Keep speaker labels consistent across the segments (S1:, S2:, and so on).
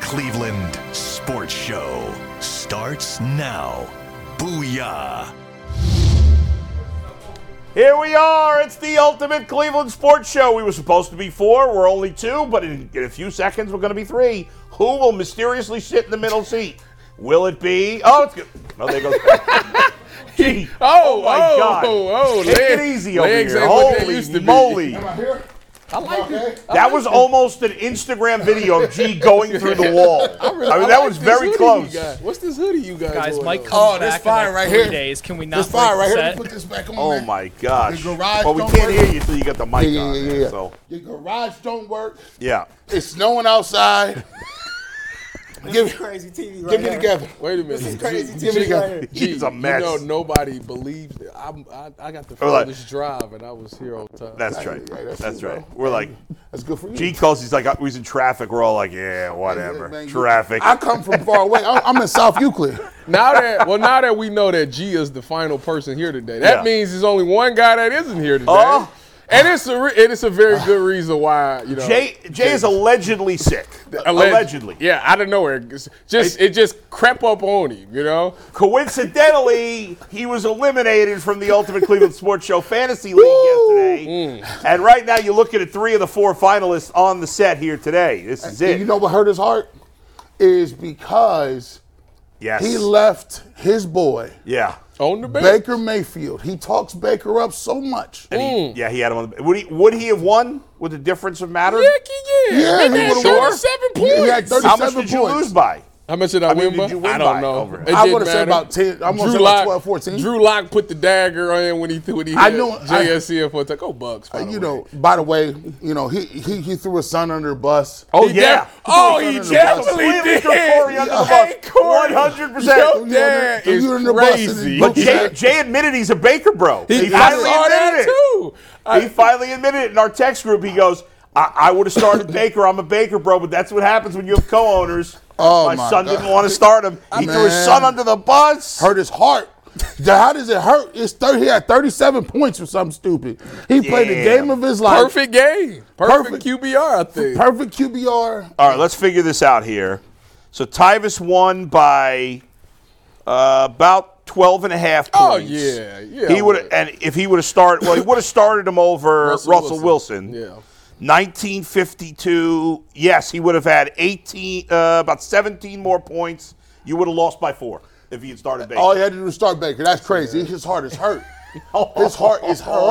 S1: Cleveland sports show starts now. Booyah!
S2: Here we are. It's the ultimate Cleveland sports show. We were supposed to be four. We're only two, but in, in a few seconds, we're going to be three. Who will mysteriously sit in the middle seat? Will it be? Oh, it's good. Oh, there goes. Gee,
S3: Oh,
S2: my
S3: oh,
S2: God.
S3: oh, oh,
S2: Take it
S3: leg-
S2: easy over
S3: legs
S2: here.
S3: ain't what they
S2: Holy
S3: used to be.
S2: moly.
S4: Here?
S3: I like it.
S2: That was almost an Instagram video of G going through the wall. I,
S3: really-
S2: mean,
S3: I
S2: that
S3: like
S2: was
S3: this
S2: very
S3: hoodie you
S2: close.
S3: got. What's this hoodie you guys?
S5: Guys,
S3: wore,
S5: Mike
S3: though?
S5: comes
S4: Oh,
S5: back
S4: this
S5: in
S4: fire
S5: like
S4: right
S5: three
S4: here.
S5: days. Can we not
S4: This
S5: break
S4: fire
S5: the
S4: right here.
S5: set?
S4: Put this back on.
S2: Oh
S4: man.
S2: my gosh!
S4: The garage
S2: But we
S4: don't
S2: can't
S4: work.
S2: hear you till you got the mic
S4: Yeah,
S2: on.
S4: yeah,
S2: there,
S4: yeah, yeah.
S2: So
S4: Your garage don't work.
S2: yeah,
S4: It's snowing outside. give me,
S6: crazy TV right
S4: give me
S6: here.
S4: together.
S3: Wait a minute. This
S6: is crazy
S4: Give me
S6: TV right
S4: together.
S6: here.
S3: Gee,
S2: He's a mess.
S3: You know, nobody believes it. I'm, I, I got the
S2: Or like-
S3: furthest drive, and I was here all the time.
S2: that's right.
S4: right,
S2: That's,
S4: that's it,
S2: right.
S4: bro.
S2: We're like,
S4: That's good for you.
S2: G calls. He's like, "I was in traffic. We're all like, yeah, whatever.
S4: Man, you-
S2: traffic.
S4: I come from far away. I'm I'm in South Euclid.
S3: now that well, now that we know that G is the final person here today, that
S2: Yeah.
S3: means there's only one guy that isn't here today.
S2: Oh.
S3: And it's a re- and it's a very good reason why you know
S2: uh, Jay, Jay is allegedly sick.
S3: alleg-
S2: allegedly.
S3: yeah out of nowhere It's just it just crept up on him you know
S2: Coincidentally, he was eliminated from the Ultimate Cleveland Sports Show Fantasy League yesterday.
S4: Mm.
S2: And right now, you're looking at three of the four finalists on the set here today. This is
S4: And
S2: it.
S4: Uh, you know what hurt his heart? Is because
S2: yes.
S4: he left his boy,
S2: yeah.
S3: on the bench.
S4: Baker Mayfield. He talks Baker up so much.
S2: Yeah, he had him on the. Would he, would he have won? Would the difference have mattered?
S3: Heck yeah,
S4: Yeah,
S3: Big
S4: he
S3: man,
S4: would've won.
S3: 37
S4: He- he had
S3: points.
S4: 37
S2: How much did you
S4: points.
S2: lose by?
S3: How much did I,
S2: mean,
S3: win
S2: did
S3: by?
S2: you win
S3: I don't
S2: by
S3: know.
S2: over it?
S3: It
S4: I
S3: didn't
S4: would've said
S3: matter.
S4: about 10 I'm gonna
S3: Drew
S4: say about
S3: Lock-
S4: 12, 14.
S3: Drew Lock put the dagger in when he th- when he hit
S4: I know- I- Uh,
S3: JSCF for go Bucks. By the way.
S4: You know, by the way, you know, he he, he threw his son under a bus.
S3: Oh
S2: yeah.
S3: yeah. Oh, he
S4: Completely
S3: definitely did.
S2: threw Corey under the bus.
S3: Hey, Corey.
S2: 100%.
S3: Yo,
S4: Yeah,
S3: dad is
S4: you under the bus and
S3: crazy.
S4: you- But
S2: Jay, Jay admitted he's a Baker bro. He,
S3: I
S2: finally
S3: saw that
S2: admitted it.
S3: too. Uh, I-
S2: He finally admitted it in our text group. He goes, I, I would have started Baker. I'm a Baker bro, but that's what happens when you have co owners.
S4: Oh,
S2: my,
S4: my
S2: son
S4: God.
S2: didn't want to start him. He threw his
S4: Man.
S2: son under the bus.
S4: hurt his heart. Now, How does it hurt? It's 30, he had 37 points or something stupid. He played the
S2: Yeah.
S4: game of his life.
S3: perfect game. Perfect, QBR. I think.
S4: Perfect QBR.
S2: All right, let's figure this out here. So Tyvus won by uh, about 12 and a half points.
S3: Oh, yeah, yeah,
S2: He
S3: I
S2: would
S3: would.
S2: and if he would have started, well, he would have started him over Russell, Wilson.
S3: Yeah.
S2: 1952. Yes, he would have had 18, uh, about 17 more points. You would have lost by four if he had started Baker.
S4: All he had to do was start Baker. That's crazy. His heart is hurt. His heart is
S2: Oh.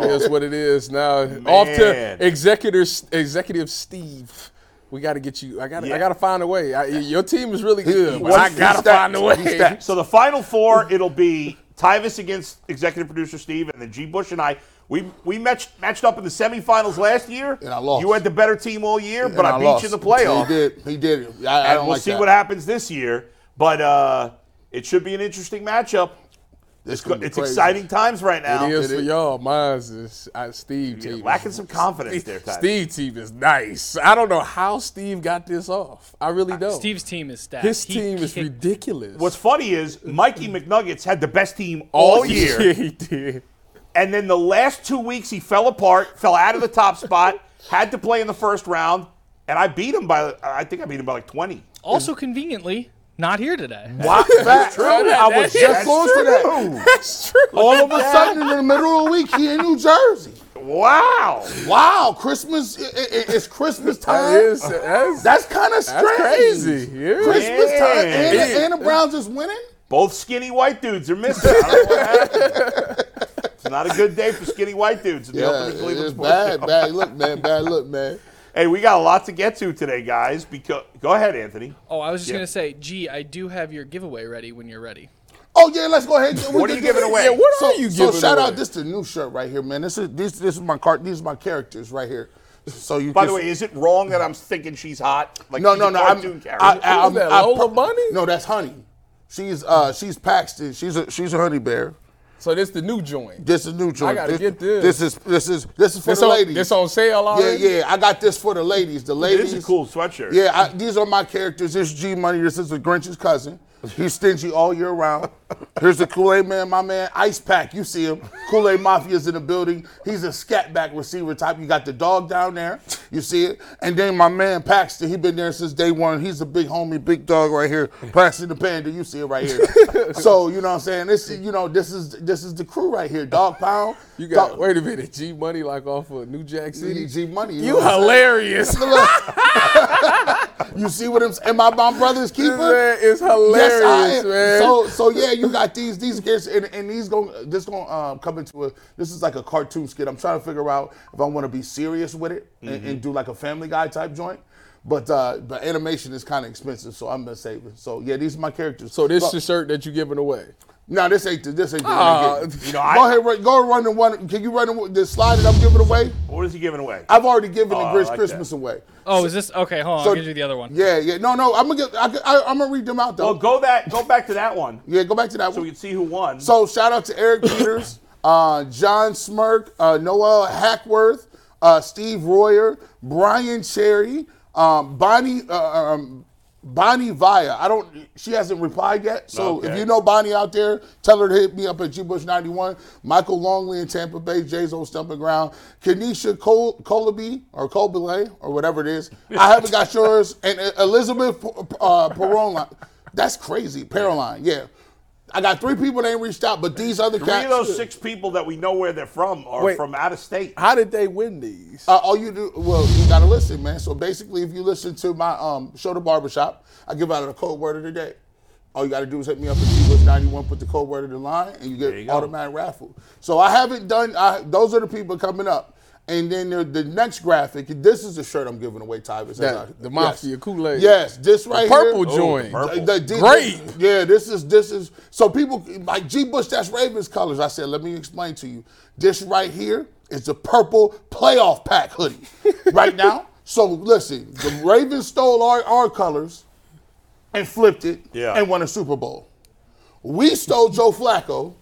S4: hurt.
S3: That's what it is now. Off
S2: Man.
S3: to executive executive Steve. We got to get you. I got. to
S2: Yeah.
S3: I got to find a way. I, your team is really good, but
S4: he-
S3: I
S4: he
S3: got to
S4: stacked.
S3: find a way.
S4: He stacked.
S2: So the final four, it'll be Tyvis against executive producer Steve, and then G. Bush and I. We we matched matched up in the semifinals last year.
S4: And I lost.
S2: You had the better team all year, but
S4: And
S2: I, beat
S4: lost.
S2: you in the playoff.
S4: He did. He did it. I, I
S2: And
S4: don't
S2: we'll
S4: like
S2: see
S4: that.
S2: what happens this year. But uh, it should be an interesting matchup.
S4: It's,
S2: It's exciting times right now.
S3: It is
S4: It
S3: for
S4: is.
S3: y'all. Mine's is uh, Steve
S2: You're
S3: team.
S2: lacking
S3: is-
S2: some confidence there, Tyler.
S3: Steve team is nice. I don't know how Steve got this off. I really don't.
S5: Steve's team is stacked.
S3: his
S5: He
S3: team is
S5: kicked-
S3: ridiculous.
S2: What's funny is Mikey McNuggets had the best team
S4: Oh,
S2: all year.
S3: Yeah, he did.
S2: And then the last two weeks, he fell apart, fell out of the top spot, had to play in the first round, and I beat him by, I think I beat him by like 20.
S5: also conveniently not here today.
S2: Wow, that's true. I was just
S4: That's
S2: going to that.
S4: true.
S3: That's true.
S4: All of a sudden, in the middle of the week, he in New Jersey.
S2: Wow.
S4: Wow, Christmas! i- i- i- it's Christmas time.
S3: That is- that's-
S4: That's kind of strange.
S3: crazy, yeah.
S4: Christmas time, and,
S2: Yeah.
S4: and the Browns is winning.
S2: Both skinny white dudes are missing. I don't know what happened. It's not a good day for skinny white dudes in the
S4: Yeah,
S2: Ultimate Cleveland
S4: it's
S2: Sports
S4: bad,
S2: Show.
S4: bad look, man. Bad look, man.
S2: Hey, we got a lot to get to today, guys. Because go ahead, Anthony.
S5: Oh, I was just
S2: Yeah.
S5: gonna say, gee, I do have your giveaway ready when you're ready.
S4: Oh yeah, let's go ahead. We
S2: What are
S4: can
S2: you
S4: give
S2: giving
S4: it-
S2: away?
S3: Yeah, what
S4: so,
S3: are you
S4: so
S3: giving
S4: shout
S3: away?
S4: out. This is the new shirt right here, man. This is this this is my card. These are my characters right here. So you.
S2: By
S4: can-
S2: the way, is it wrong that I'm thinking she's hot? Like
S4: no,
S2: she's
S4: no,
S2: a
S4: no.
S2: cartoon
S4: I'm,
S2: character.
S4: I, I,
S3: Who is
S4: I'm,
S3: that,
S4: I
S3: Lola
S4: pro-
S3: Bunny?
S4: No, that's Honey. She's uh, she's Paxton. She's a she's a honey bear.
S3: So this the new joint.
S4: This is new joint.
S3: gotta
S4: this,
S3: get this.
S4: This is this is this is for
S3: This
S4: the
S3: on,
S4: ladies.
S3: this on sale
S4: yeah,
S3: already.
S4: yeah. I got this for the ladies. The
S2: It
S4: ladies.
S2: is a cool sweatshirt.
S4: Yeah, I, these are my characters. This is G Money. This is the Grinch's cousin. He's stingy all year round. Here's the Kool Aid Man, my man. Ice Pack, you see him. Kool Aid Mafia's in the building. He's a scat back receiver type. You got the dog down there. You see it. And then my man Paxton, he been there since day one. He's a big homie, big dog right here. Paxton the Panda, you see it right here. so you know what I'm saying? This is you know this is this is the crew right here. Dog Pound.
S3: You got
S4: Dog-
S3: wait a minute, G Money like off of New Jack City.
S4: G Money.
S3: You hilarious.
S4: You see what I'm saying? Am I my brother's keeper?
S3: This man is hilarious,
S4: Yes, I am.
S3: man.
S4: So, so yeah, you got these these kids, and, and these going this going um, come into a this is like a cartoon skit. I'm trying to figure out if I want to be serious with it and,
S3: Mm-hmm.
S4: and do like a Family Guy type joint. But uh, but animation is kind of expensive, so I'm gonna save it. So yeah, these are my characters.
S3: so this
S4: But-
S3: is the shirt that you giving away.
S4: no, this ain't the, this ain't. The
S3: Ah,
S4: one
S3: you
S4: you
S3: know,
S4: know, go ahead, run, go run the one. Can you run the, one- the slide that I'm giving away?
S2: What is he giving away?
S4: I've already given
S2: Oh, I
S4: the
S2: like
S4: Grinch
S2: that.
S4: Christmas away.
S5: Oh, is this okay? Hold on,
S4: So-
S5: I'll give you the other one.
S4: Yeah, yeah. No, no. I'm gonna get. I, I, I'm gonna read them out though.
S2: well, Oh, go that. Go back to that one
S4: yeah, go back to that
S2: so
S4: one.
S2: we can see who won.
S4: So shout out to Eric Peters, uh, John Smirk, uh, Noel Hackworth, uh, Steve Royer, Brian Cherry, um, Bonnie uh, um, Bonnie Via. I don't. She hasn't replied yet. So if
S2: Okay.
S4: you know Bonnie out there, tell her to hit me up at gbush 91. Michael Longley in Tampa Bay, Jay's old stumping ground. Kenesha Col- Colaby or Colbelay or whatever it is. I haven't got yours. And uh, Elizabeth uh, Perone. That's crazy. Paroline. Yeah. I got three people that ain't reached out, but these other
S2: Three
S4: cats.
S2: of those six people that we know where they're from are
S3: Wait.
S2: from out of state.
S3: How did they win these?
S4: Uh, all you do, well, you gotta listen, man. So basically, if you listen to my um, show, the barbershop, I give out a code word of the day. All you gotta do is hit me up at Divas ninety one, put the code word of the line, and you get
S2: you go.
S4: automatic raffle. So I haven't done. I, those are the people coming up, and then there, the next graphic. This is the shirt I'm giving away, Tyvis.
S3: That- the Mafia Kool-Aid.
S4: Yes, this right
S3: purple
S4: here.
S3: joint.
S2: Oh, purple.
S4: The- the-
S3: Great.
S4: Yeah, this is this is so people like G. Bush. That's Ravens colors. I said, let me explain to you. This right here is the purple playoff pack hoodie right now. So listen, the Ravens stole our, our colors and flipped it
S2: Yeah.
S4: and won a Super Bowl. We stole Joe Flacco,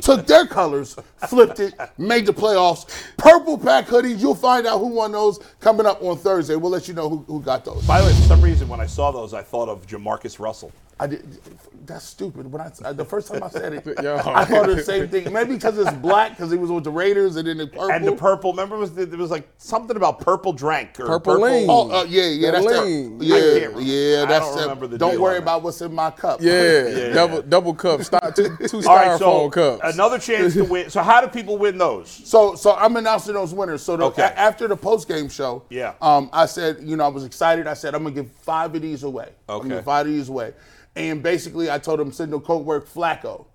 S4: took their colors, flipped it, made the playoffs. Purple pack hoodies. You'll find out who won those coming up on Thursday. We'll let you know who, who got those.
S2: By the way, for some reason, when I saw those, I thought of Jamarcus Russell.
S4: I did. That's stupid. When I the first time I said it,
S3: Yo.
S4: I thought of the same thing. Maybe because it's black, because he was with the Raiders and then the purple.
S2: And the purple, remember, it was, there was like something about purple drank or
S3: Purple Ling.
S4: Oh, uh, yeah, yeah, that's that.
S3: Lean.
S4: Yeah,
S2: I can't remember.
S4: yeah,
S2: I
S4: that's
S2: don't
S4: that.
S2: remember the
S4: Don't
S2: deal
S4: worry
S2: on that.
S4: about what's in my cup.
S3: yeah,
S2: Yeah.
S3: double double cup, sty- two, two styrofoam
S2: All right, so
S3: cups.
S4: uh,
S2: another chance to win. So how do people win those?
S4: So, so I'm announcing those winners. So, the,
S2: Okay.
S4: a- after the post game show,
S2: Yeah.
S4: um, I said, you know, I was excited. I said, I'm gonna give five of these away. I'm
S2: Okay.
S4: gonna give five of these away, and basically, I told him send the code word Flacco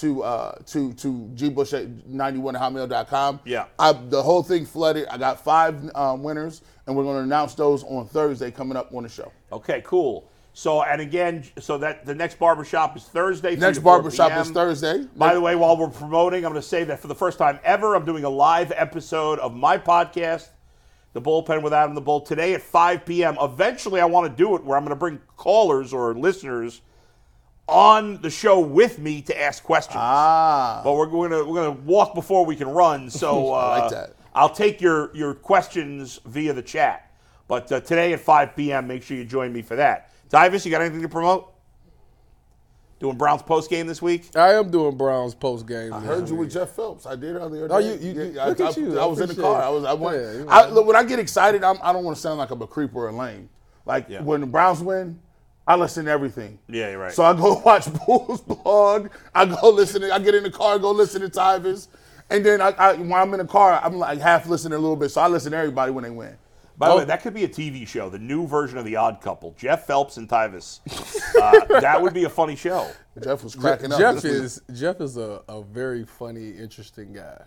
S4: to uh, to to gbush at 91 hotmail.com.
S2: Yeah.
S4: I, the whole thing flooded. I got five um, winners, and we're gonna announce those on Thursday coming up on the show.
S2: Okay, cool. So and again, so that the next barbershop is Thursday. 3
S4: Next
S2: to 4
S4: barbershop
S2: p.m.
S4: is Thursday.
S2: By the way, while we're promoting, I'm going to say that for the first time ever, I'm doing a live episode of my podcast, The Bullpen with Adam the Bull, today at 5 p.m. Eventually, I want to do it where I'm going to bring callers or listeners on the show with me to ask questions.
S4: Ah.
S2: But we're going to we're going to walk before we can run. So uh,
S4: I like that.
S2: I'll take your your questions via the chat. But uh, today at 5 p.m., make sure you join me for that. Divis, you got anything to promote? Doing Browns post game this week?
S3: I am doing Browns post game.
S4: I heard you with Jeff Phelps. I did earlier.
S3: Oh,
S4: today.
S3: you- you-
S4: Yeah, I-
S3: look
S4: I,
S3: at you.
S4: I,
S3: I
S4: was in the
S3: appreciate
S4: car.
S3: it.
S4: I was. I went.
S3: Yeah, you
S4: I,
S3: know.
S4: look, when I get excited, I'm, I don't want to sound like I'm a creep or a lame. Like when the Browns win, I listen to everything.
S2: Yeah, you're right.
S4: So I go watch Bulls blog. I go listen. To, I get in the car, go listen to Tyvis, and then I, I, when I'm in the car, I'm like half listening a little bit. So I listen to everybody when they win.
S2: By
S3: Oh.
S2: the way, that could be a TV show, the new version of The Odd Couple, Jeff Phelps and Tyvis. Uh, that would be a funny show.
S4: Jeff was cracking up.
S3: Jeff
S4: this week.
S3: is Jeff is a, a very funny, interesting guy.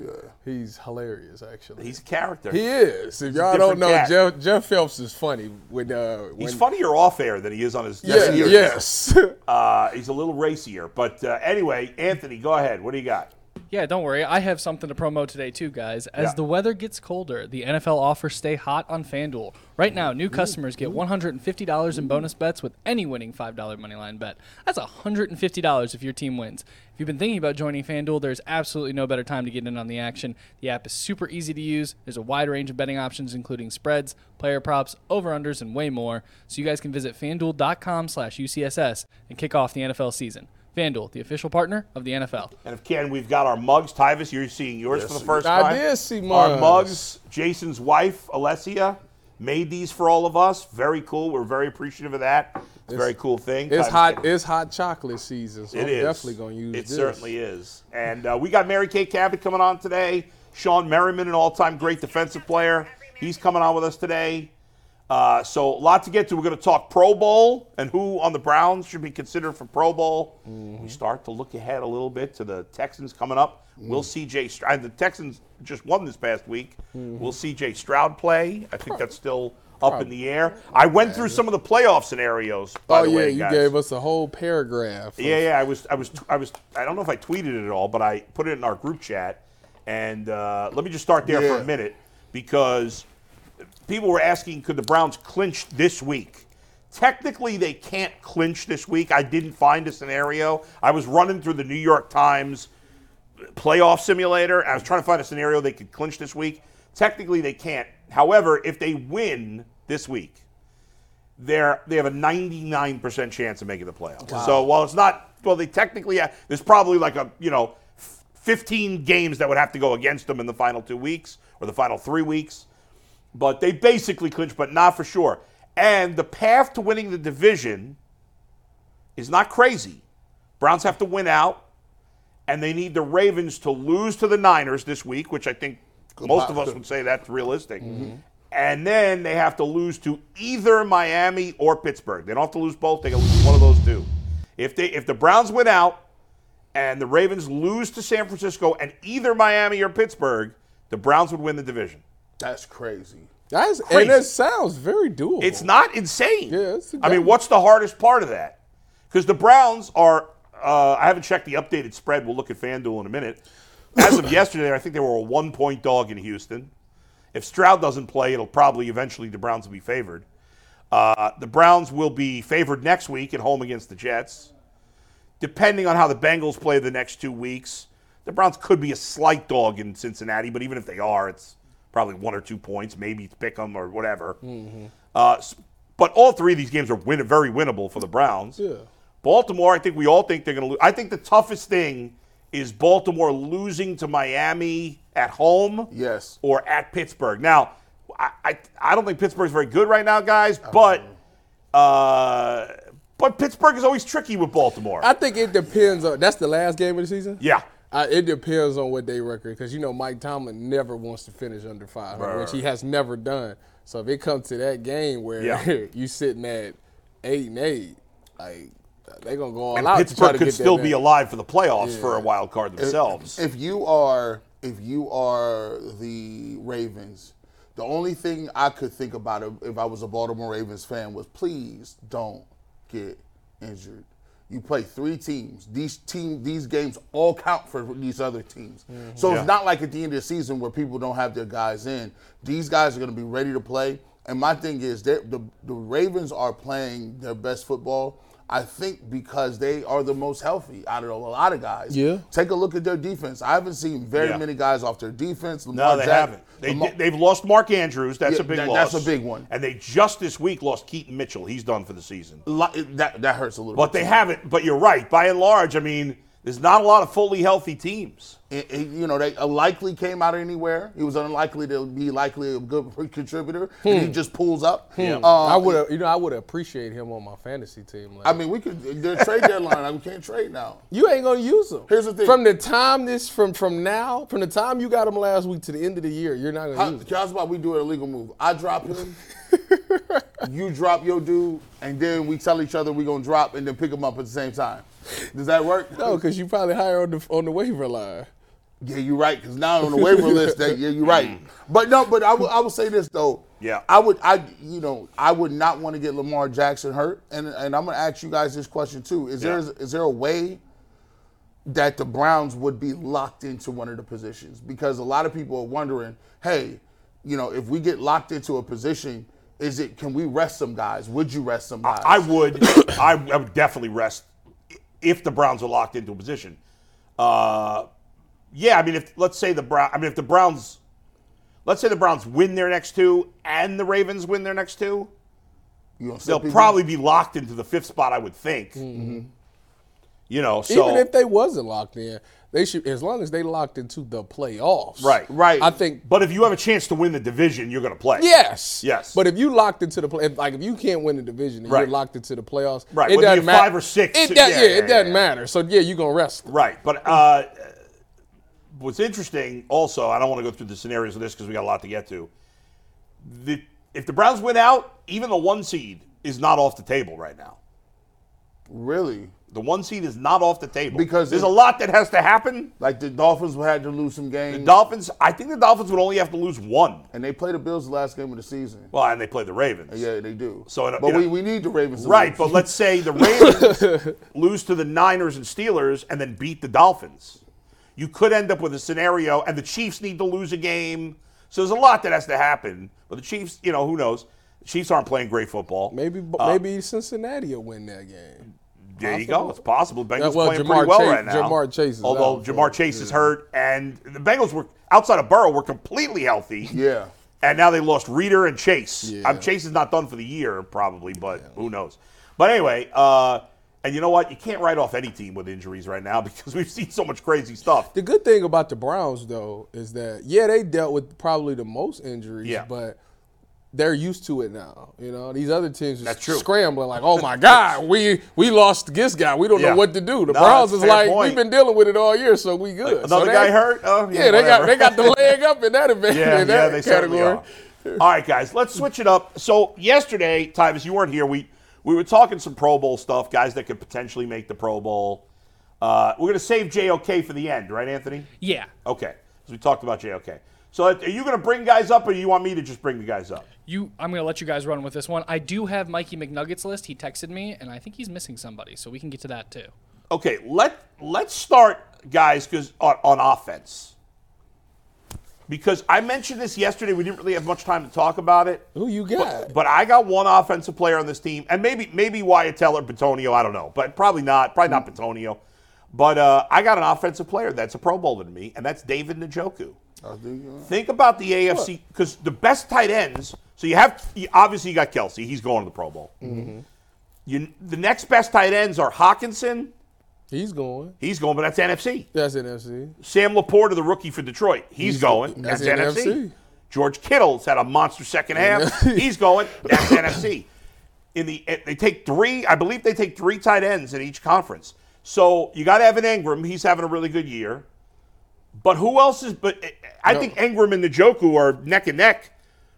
S3: He's hilarious, actually.
S2: He's a character.
S3: he is. If y'all
S2: different
S3: don't know,
S2: cat.
S3: Jeff Jeff Phelps is funny. When uh, when,
S2: He's funnier off air than he is on his.
S3: Yeah,
S2: on his-
S3: yes.
S2: Uh, he's a little racier, but uh, anyway, Anthony, go ahead. What do you got?
S5: Yeah, don't worry. I have something to promote today too, guys. As
S2: Yeah.
S5: the weather gets colder, the NFL offers stay hot on FanDuel. Right now, new customers get $150 in bonus bets with any winning $5 moneyline bet. That's $150 if your team wins. If you've been thinking about joining FanDuel, there's absolutely no better time to get in on the action. The app is super easy to use. There's a wide range of betting options including spreads, player props, over-unders, and way more. So you guys can visit fanduel.com/ucss and kick off the NFL season. FanDuel, the official partner of the NFL.
S2: And if Ken, we've got our mugs. Tyvis, you're seeing yours for the first
S3: I
S2: time.
S3: did see
S2: Our
S3: mugs.
S2: mugs. Jason's wife, Alessia, made these for all of us. Very cool. We're very appreciative of that. It's, a very cool thing.
S3: It's
S2: Tyvis
S3: hot.
S2: Ken-
S3: It's hot chocolate season. So
S2: It
S3: I'm
S2: is.
S3: definitely gonna use
S2: it
S3: this. Oh,
S2: certainly is. And uh, we got Mary Kay Cabot coming on today. Sean Merriman, an all-time great defensive player, he's coming on with us today. Uh, so a lot to get to. We're going to talk Pro Bowl and who on the Browns should be considered for Pro Bowl.
S3: Mm-hmm.
S2: We start to look ahead a little bit to the Texans coming up.
S3: Mm.
S2: Will C.J. Stroud? The Texans just won this past week.
S3: Mm-hmm.
S2: Will C.J. Stroud play? I think that's still up in the air. I went through some of the playoff scenarios. By
S3: Oh
S2: the
S3: yeah,
S2: way,
S3: you
S2: guys.
S3: gave us a whole paragraph. of-
S2: Yeah, yeah. I was, I was, I was. I don't know if I tweeted it at all, but I put it in our group chat. And uh, let me just start there for
S4: Yeah.
S2: a minute because people were asking, could the Browns clinch this week? Technically, they can't clinch this week. I didn't find a scenario. I was running through the New York Times playoff simulator. I was trying to find a scenario they could clinch this week. Technically, they can't. However, if they win this week, they're they have a 99% chance of making the playoffs. So while it's not well, they technically ha- there's probably like a you know f- 15 games that would have to go against them in the final two weeks or the final three weeks, but they basically clinch, but not for sure. And the path to winning the division is not crazy. Browns have to win out, and they need the Ravens to lose to the Niners this week, which I think most of us would say that's realistic. And then they have to lose to either Miami or Pittsburgh. They don't have to lose both; they can lose one of those two. If they if the Browns win out and the Ravens lose to San Francisco and either Miami or Pittsburgh, the Browns would win the division.
S4: That's crazy.
S3: That's
S2: Crazy.
S3: and that sounds very doable.
S2: It's not insane.
S3: Yeah, it's a
S2: I mean,
S3: good-
S2: what's the hardest part of that? Because the Browns are. Uh, I haven't checked the updated spread. We'll look at FanDuel in a minute. As of yesterday, I think they were a one-point dog in Houston. If Stroud doesn't play, it'll probably eventually the Browns will be favored. Uh, the Browns will be favored next week at home against the Jets. Depending on how the Bengals play the next two weeks, the Browns could be a slight dog in Cincinnati. But even if they are, it's probably one or two points. Maybe it's pick 'em or whatever. Uh, s- but all three of these games are win- very winnable for the Browns.
S3: Yeah.
S2: Baltimore, I think we all think they're going to lose. I think the toughest thing is Baltimore losing to Miami at home
S4: Yes.
S2: or at Pittsburgh. Now, I, I, I don't think Pittsburgh's very good right now, guys,
S4: Oh,
S2: but uh, but Pittsburgh is always tricky with Baltimore.
S3: I think it depends on. That's the last game of the season.
S2: yeah.
S3: Uh, it depends on what they record because you know Mike Tomlin never wants to finish under 500, which he has never done. So if it comes to that game where
S2: Yeah.
S3: you sitting at eight and eight, like they're gonna go all
S2: And
S3: out. to try
S2: Pittsburgh
S3: to
S2: could
S3: get that
S2: still be
S3: back.
S2: alive for the playoffs for a wild card themselves.
S4: If you are if you are the Ravens, the only thing I could think about if- if I was a Baltimore Ravens fan was please don't get injured. You play three teams. These team these games all count for these other teams. So
S2: Yeah.
S4: it's not like at the end of the season where people don't have their guys in. These guys are going to be ready to play. And my thing is that the the Ravens are playing their best football. I think because they are the most healthy out of a lot of guys.
S3: Yeah.
S4: Take a look at their defense. I haven't seen very
S2: Yeah.
S4: many guys off their defense.
S2: No,
S4: Lamar
S2: they
S4: Jack-
S2: haven't. They,
S4: Lamar-
S2: they've lost Mark Andrews. That's
S4: Yeah,
S2: a big
S4: that-
S2: loss.
S4: that's a big one.
S2: And they just this week lost Keaton Mitchell. He's done for the season.
S4: li- that that hurts a little.
S2: But
S4: bit.
S2: they haven't. But you're right. By and large, I mean, there's not a lot of fully healthy teams.
S4: it- it- you know, they uh, likely came out of anywhere. He was unlikely to be likely a good contributor. And he just pulls up.
S2: Hmm.
S4: Um,
S3: Hmm. I would have, you know, I would appreciate him on my fantasy team. Like,
S4: I mean, we could. Their trade deadline. like, we can't trade now.
S3: you ain't gonna use him.
S4: Here's the thing.
S3: from the time this, from from now, from the time you got him last week to the end of the year, you're not gonna
S4: How,
S3: use him.
S4: that's why we do an illegal move. I drop him. you drop your dude, and then we tell each other we gonna drop, and then pick him up at the same time. Does that work?
S3: No, because you probably higher on the on the waiver line.
S4: Yeah, you're right. Because now on the waiver list, that yeah, you're right. But no, but I would I would say this though.
S2: Mm. Yeah.
S4: I would I you know I would not want to get Lamar Jackson hurt, and and I'm gonna ask you guys this question too. Is
S2: Yeah.
S4: there is there a way that the Browns would be locked into one of the positions because a lot of people are wondering, hey, you know, if we get locked into a position, is it can we rest some guys? Would you rest some
S3: Uh,
S4: guys?
S2: I would, I, I would definitely rest if the Browns are locked into a position. Uh, yeah, I mean, if let's say the Brown, I mean, if the Browns, let's say the Browns win their next two and the Ravens win their next two,
S4: you don't
S2: they'll
S4: sit people?
S2: probably be locked into the fifth spot, I would think. You know, so
S3: Mm-hmm. Even if they wasn't locked in, they should as long as they locked into the playoffs.
S2: Right,
S4: right.
S3: I think
S2: but if you have a chance to win the division, you're going to play.
S3: yes.
S2: Yes.
S3: But if you locked into the play, if, like if you can't win the division and
S2: Right.
S3: you're locked into the playoffs,
S2: Right,
S3: it
S2: whether
S3: doesn't
S2: you're
S3: matter.
S2: five or six,
S3: It
S2: yeah,
S3: does, yeah,
S2: yeah,
S3: it doesn't
S2: yeah.
S3: matter. So yeah, you're gonna rest. them.
S2: Right. But uh, what's interesting also, I don't want to go through the scenarios of this because we got a lot to get to. The, if the Browns win out, even the one seed is not off the table right now.
S4: really
S2: The one seed is not off the table
S4: Because
S2: there's
S4: it-
S2: a lot that has to happen.
S4: like the Dolphins had to lose some games,
S2: The Dolphins, I think the Dolphins would only have to lose one.
S4: and they play the Bills the last game of the season.
S2: Well, and they play the Ravens.
S4: yeah, they do.
S2: So it-
S4: but
S2: you
S4: we,
S2: know-
S4: we need the Ravens, to
S2: Right,
S4: lose.
S2: but let's say the Ravens lose to the Niners and Steelers and then beat the Dolphins. You could end up with a scenario, and the Chiefs need to lose a game. So there's a lot that has to happen. But the Chiefs, you know, who knows? The Chiefs aren't playing great football.
S3: Maybe
S2: Uh,
S3: maybe Cincinnati will win that game.
S2: there you go. It's possible. Bengals
S3: well,
S2: playing
S3: Jamar
S2: pretty well
S3: Chase-
S2: right now.
S3: Jamar Chase is
S2: although
S3: out, so-
S2: Jamar Chase is hurt, and the Bengals were outside of Burrow were completely healthy.
S4: yeah,
S2: And now they lost Reader and Chase.
S3: Yeah.
S2: Um, Chase is not done for the year, probably, but who knows? But anyway, uh, and you know what? You can't write off any team with injuries right now because we've seen so much crazy stuff.
S3: The good thing about the Browns though is that yeah, they dealt with probably the most injuries,
S2: Yeah.
S3: but they're used to it now. You know, these other teams are
S2: That's true.
S3: scrambling like, "Oh my God, we we lost this guy. We don't
S2: Yeah.
S3: know what to do." The
S2: No,
S3: Browns
S2: that's
S3: is
S2: a fair
S3: like,
S2: point.
S3: "We've been dealing with it all year, so we good." So
S2: Another
S3: they-
S2: guy hurt? Oh,
S3: Yeah, they got
S2: whatever.
S3: they got the leg up in that event.
S2: Yeah,
S3: in
S2: yeah,
S3: that
S2: they certainly
S3: category.
S2: are. All right, guys, let's switch it up. So yesterday, Tyvis, you weren't here. We we were talking some Pro Bowl stuff, guys that could potentially make the Pro Bowl. Uh, we're gonna save JOK for the end, right, Anthony?
S5: Yeah.
S2: Okay, because we talked about JOK. So are you gonna bring guys up, or do you want me to just bring the guys up?
S5: You, I'm going to let you guys run with this one. I do have Mikey McNuggets list. He texted me, and I think he's missing somebody, so we can get to that too.
S2: Okay, let let's start, guys, because on, on offense, because I mentioned this yesterday. We didn't really have much time to talk about it.
S3: Who you got?
S2: But I got one offensive player on this team, and maybe maybe Wyatt Teller, Petonio, I don't know, but probably not, probably not Petonio. But uh, I got an offensive player that's a Pro Bowler to me, and that's David Njoku. Think about the AFC because the best tight ends. So you have you- obviously you got Kelsey, he's going to the Pro Bowl. You, the next best tight ends are Hawkinson,
S3: He's going.
S2: he's going, but that's NFC.
S3: That's NFC.
S2: Sam Laporta, the rookie for Detroit, he's, going.
S3: that's
S2: That's,
S3: in
S2: NFC.
S3: NFC.
S2: George Kittle's had a monster second half. he's going. That's NFC. In the eh, they take three, I believe they take three tight ends in each conference. So you got Evan Engram. He's having a really good year. But who else is? But eh, I think Engram and Njoku are neck and neck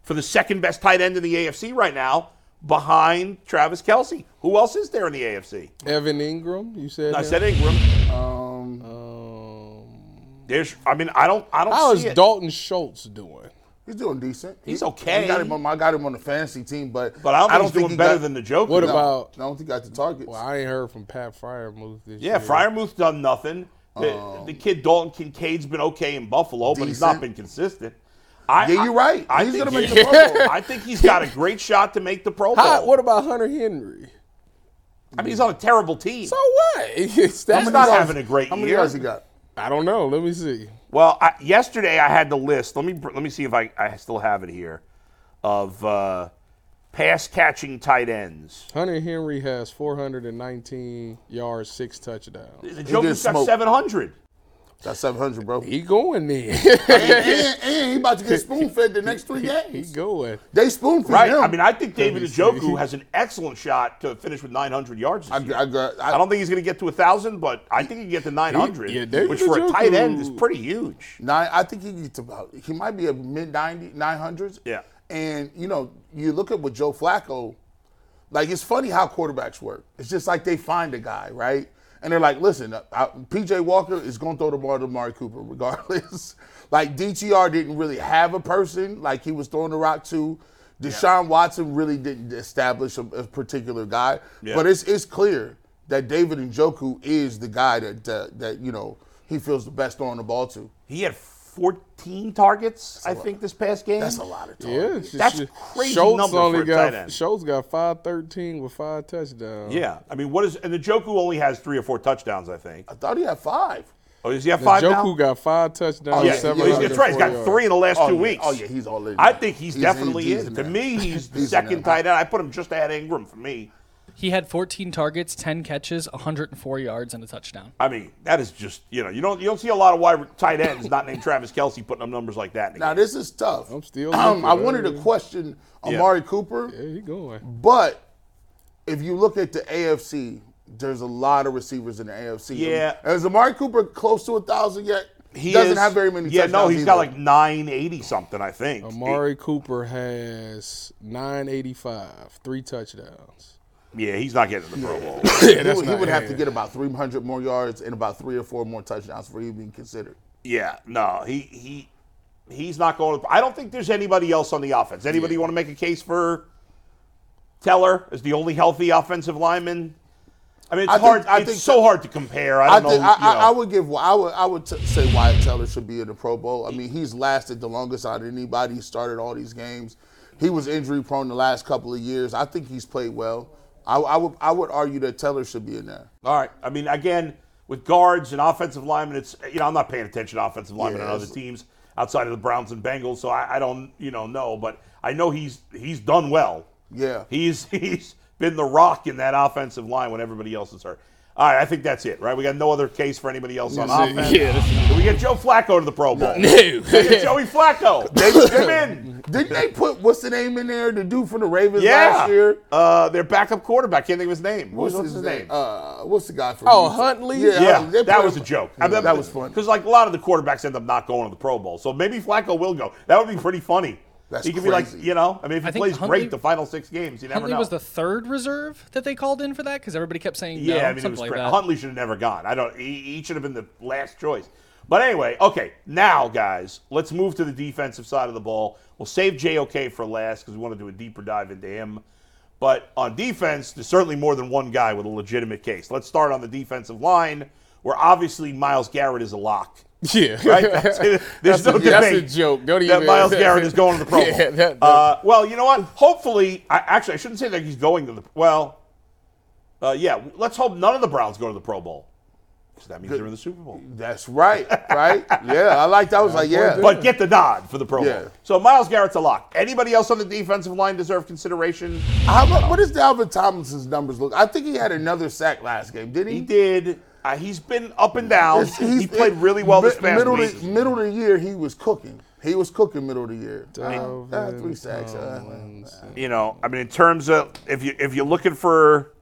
S2: for the second best tight end in the AFC right now, behind Travis Kelsey. Who else is there in the AFC?
S3: Evan Ingram. You said.
S2: I
S3: him?
S2: said Engram.
S3: Um,
S2: There's. I mean, I don't. I don't.
S3: how
S2: see
S3: is
S2: it.
S3: Dalton Schultz doing?
S4: he's doing decent.
S2: He's
S4: He-
S2: okay.
S4: I got him on, I got him on the fantasy team, but
S2: But I don't think he's doing
S4: he
S2: better
S4: got-
S2: than the Joker.
S3: What
S4: No,
S3: about?
S4: I don't think he got the targets.
S3: Well, I ain't heard from Pat Fryermuth this year.
S2: yeah, Fryermuth's done nothing. The, the kid Dalton Kincaid's been okay in Buffalo, but he's not
S4: Decent.
S2: been consistent. I,
S4: Yeah, you're right.
S2: I, I
S4: He's
S2: think
S4: gonna make
S2: he-
S4: the Pro Bowl.
S2: I think he's got a great shot to make the Pro Bowl.
S3: How, what about Hunter Henry?
S2: I mean, he's on a terrible team.
S3: So what? It's that-
S2: He's not having a great
S4: How many
S2: year.
S4: yards he got?
S3: I don't know. Let me see.
S2: Well, I, yesterday I had the list. Let me br- let me see if I, I still have it here of uh, pass catching tight ends.
S3: Hunter Henry has 419 yards, six touchdowns.
S2: The Joker's got
S4: smoked.
S2: 700.
S4: That's 700, bro.
S3: He going there.
S4: and, and he about to get spoon fed the next three
S3: he
S4: games.
S3: going.
S4: They spoon fed
S2: Right.
S4: him.
S2: I mean, I think David
S3: me see.
S2: Njoku has an excellent shot to finish with 900 yards. This
S4: I,
S2: year.
S4: I got. I,
S2: I don't think he's going to get to 1,000, but I think he can get to 900,
S3: yeah, David
S2: which for a
S3: Njoku-
S2: tight end is pretty huge.
S4: Nine, I think he gets about. He might be a mid 90, 900s.
S2: Yeah.
S4: And you know, you look at what Joe Flacco. Like it's funny how quarterbacks work. It's just like they find a guy, right? And they're like, listen, I, I- PJ Walker is going to throw the ball to Amari Cooper regardless. like DTR didn't really have a person like he was throwing the rock to. Deshaun Watson really didn't establish a, a particular guy,
S2: Yeah.
S4: but it's it's clear that David and Joku is the guy that, that that you know he feels the best throwing the ball to.
S2: He had 14 targets, I think, this past game.
S4: That's a lot of
S3: Yeah,
S4: talk.
S3: it's just-
S2: That's
S3: just-
S2: crazy
S3: Schultz
S2: number for
S3: only
S2: a
S3: got
S2: tight end.
S3: Schultz got five thirteen with five touchdowns.
S2: Yeah, I mean, what is and the Joku only has three or four touchdowns, I think.
S4: I thought he had five.
S2: Oh, does he have
S3: The
S2: five
S3: Joku
S2: now?
S3: got five touchdowns.
S4: Oh,
S2: yeah,
S4: yeah,
S2: he's-
S3: seven
S4: yeah,
S2: that's right. He's got three in the last two
S4: Oh, yeah.
S2: weeks.
S4: Oh yeah, he's all in.
S2: I think he's,
S4: He's in-
S2: definitely
S4: he's
S2: in.
S4: in
S2: To
S4: there.
S2: me, he's the
S4: He's in
S2: second
S4: there.
S2: tight end. I put him just ahead of Ingram for me.
S5: He had 14 targets, 10 catches, 104 yards, and a touchdown.
S2: I mean, that is just you know you don't you don't see a lot of wide tight ends not named Travis Kelsey putting up numbers like that. in a
S4: Now
S2: game.
S4: this is tough. Um,
S3: I'm still looking,
S4: I wanted to
S3: man.
S4: question
S2: Yeah.
S4: Amari Cooper,
S3: Yeah, he going.
S4: but if you look at the AFC, there's a lot of receivers in the AFC.
S2: Yeah.
S4: And is Amari Cooper close to a thousand yet? He doesn't
S2: is-
S4: have very many.
S2: Yeah, no,
S4: touchdowns
S2: he's got
S4: either.
S2: like nine eighty something, I think.
S3: Amari Cooper has nine eighty five, three touchdowns.
S2: Yeah, he's not getting in the Pro Bowl.
S4: he,
S3: that's
S4: would, he
S3: not-
S4: would have
S3: yeah,
S4: to
S3: yeah.
S4: get about 300 more yards and about three or four more touchdowns for you being considered.
S2: yeah, no, he he he's not going. To, I don't think there's anybody else on the offense. Anybody want to make a case for Teller as the only healthy offensive lineman? I mean, it's
S4: I think-
S2: hard.
S4: I
S2: it's
S4: think
S2: so
S4: so-
S2: hard to compare. I
S4: I,
S2: don't
S4: think,
S2: know.
S4: I,
S2: you know.
S4: I, I would give. I would. I would t- say Wyatt Teller should be in the Pro Bowl. I mean, he's lasted the longest out of anybody. He started all these games. He was injury prone the last couple of years. I think he's played well. I, I would. I would argue that Teller should be in there.
S2: All right. I mean, again, with guards and offensive linemen, it's you know I'm not paying attention to offensive linemen on
S4: Yeah,
S2: other
S4: it's-
S2: teams outside of the Browns and Bengals, so I, I don't you know know, but I know he's he's done well.
S4: Yeah.
S2: He's he's been the rock in that offensive line when everybody else is hurt. All right, I think that's it, right? We got no other case for anybody else on
S3: That's it.
S2: offense.
S5: Yeah, that's-
S2: Can we get Joe Flacco to the Pro Bowl? No. Joey Flacco. Get him in.
S4: Didn't they put what's the name in there? The dude from the Ravens
S2: Yeah.
S4: last year.
S2: Uh, their backup quarterback. Can't think of his name.
S4: What's,
S2: What's
S4: his, name? Uh, what's the guy from?
S3: Oh,
S4: Houston?
S3: Huntley?
S4: Yeah,
S2: Yeah,
S4: Huntley. They
S2: that
S4: put
S2: was a
S4: him-
S2: joke.
S4: that was fun.
S2: Because like a lot of the quarterbacks end up not going to the Pro Bowl, so maybe Flacco will go. That would be pretty funny.
S4: That's
S2: he could be like,
S4: crazy.
S2: you know, I mean, if he
S5: I think
S2: plays
S5: Huntley-
S2: great the final six games, you never
S5: Huntley
S2: know.
S5: was the third reserve that they called in for that because everybody kept saying no,
S2: yeah, I mean, it was
S5: something like
S2: cra-
S5: that.
S2: Huntley should have never gone. I don't. He, he should have been the last choice. But anyway, okay. Now, guys, let's move to the defensive side of the ball. We'll save JOK for last because we want to do a deeper dive into him. But on defense, there's certainly more than one guy with a legitimate case. Let's start on the defensive line, where obviously Miles Garrett is a lock.
S3: Yeah,
S2: right? That's it. There's
S3: That's
S2: no
S3: a-
S2: debate.
S3: that's a joke. Don't
S2: that
S3: even-
S2: Miles Garrett is going to the Pro Bowl.
S3: Yeah, that-
S2: uh, well, you know what? Hopefully, I, actually, I shouldn't say that he's going to the. Well, uh, yeah. Let's hope none of the Browns go to the Pro Bowl because that means they're in the Super Bowl.
S4: That's right. Right. yeah, I like that. I was like, yeah.
S2: But get the nod for the Pro
S4: Yeah.
S2: Bowl. So Miles Garrett's a lock. Anybody else on the defensive line deserve consideration?
S4: How about, what does Dalvin Thomason's numbers look? I think he had another sack last game, didn't he?
S2: He did. Uh, he's been up and down.
S4: It's- he's-
S2: he played really well this
S4: mi-
S2: past
S4: middle
S2: week.
S4: Of, the- middle of the year, he was cooking. He was cooking middle of the year. Uh,
S3: Dalvin
S4: uh, three sacks. uh,
S2: you know, I mean, in terms of if you if you're looking for,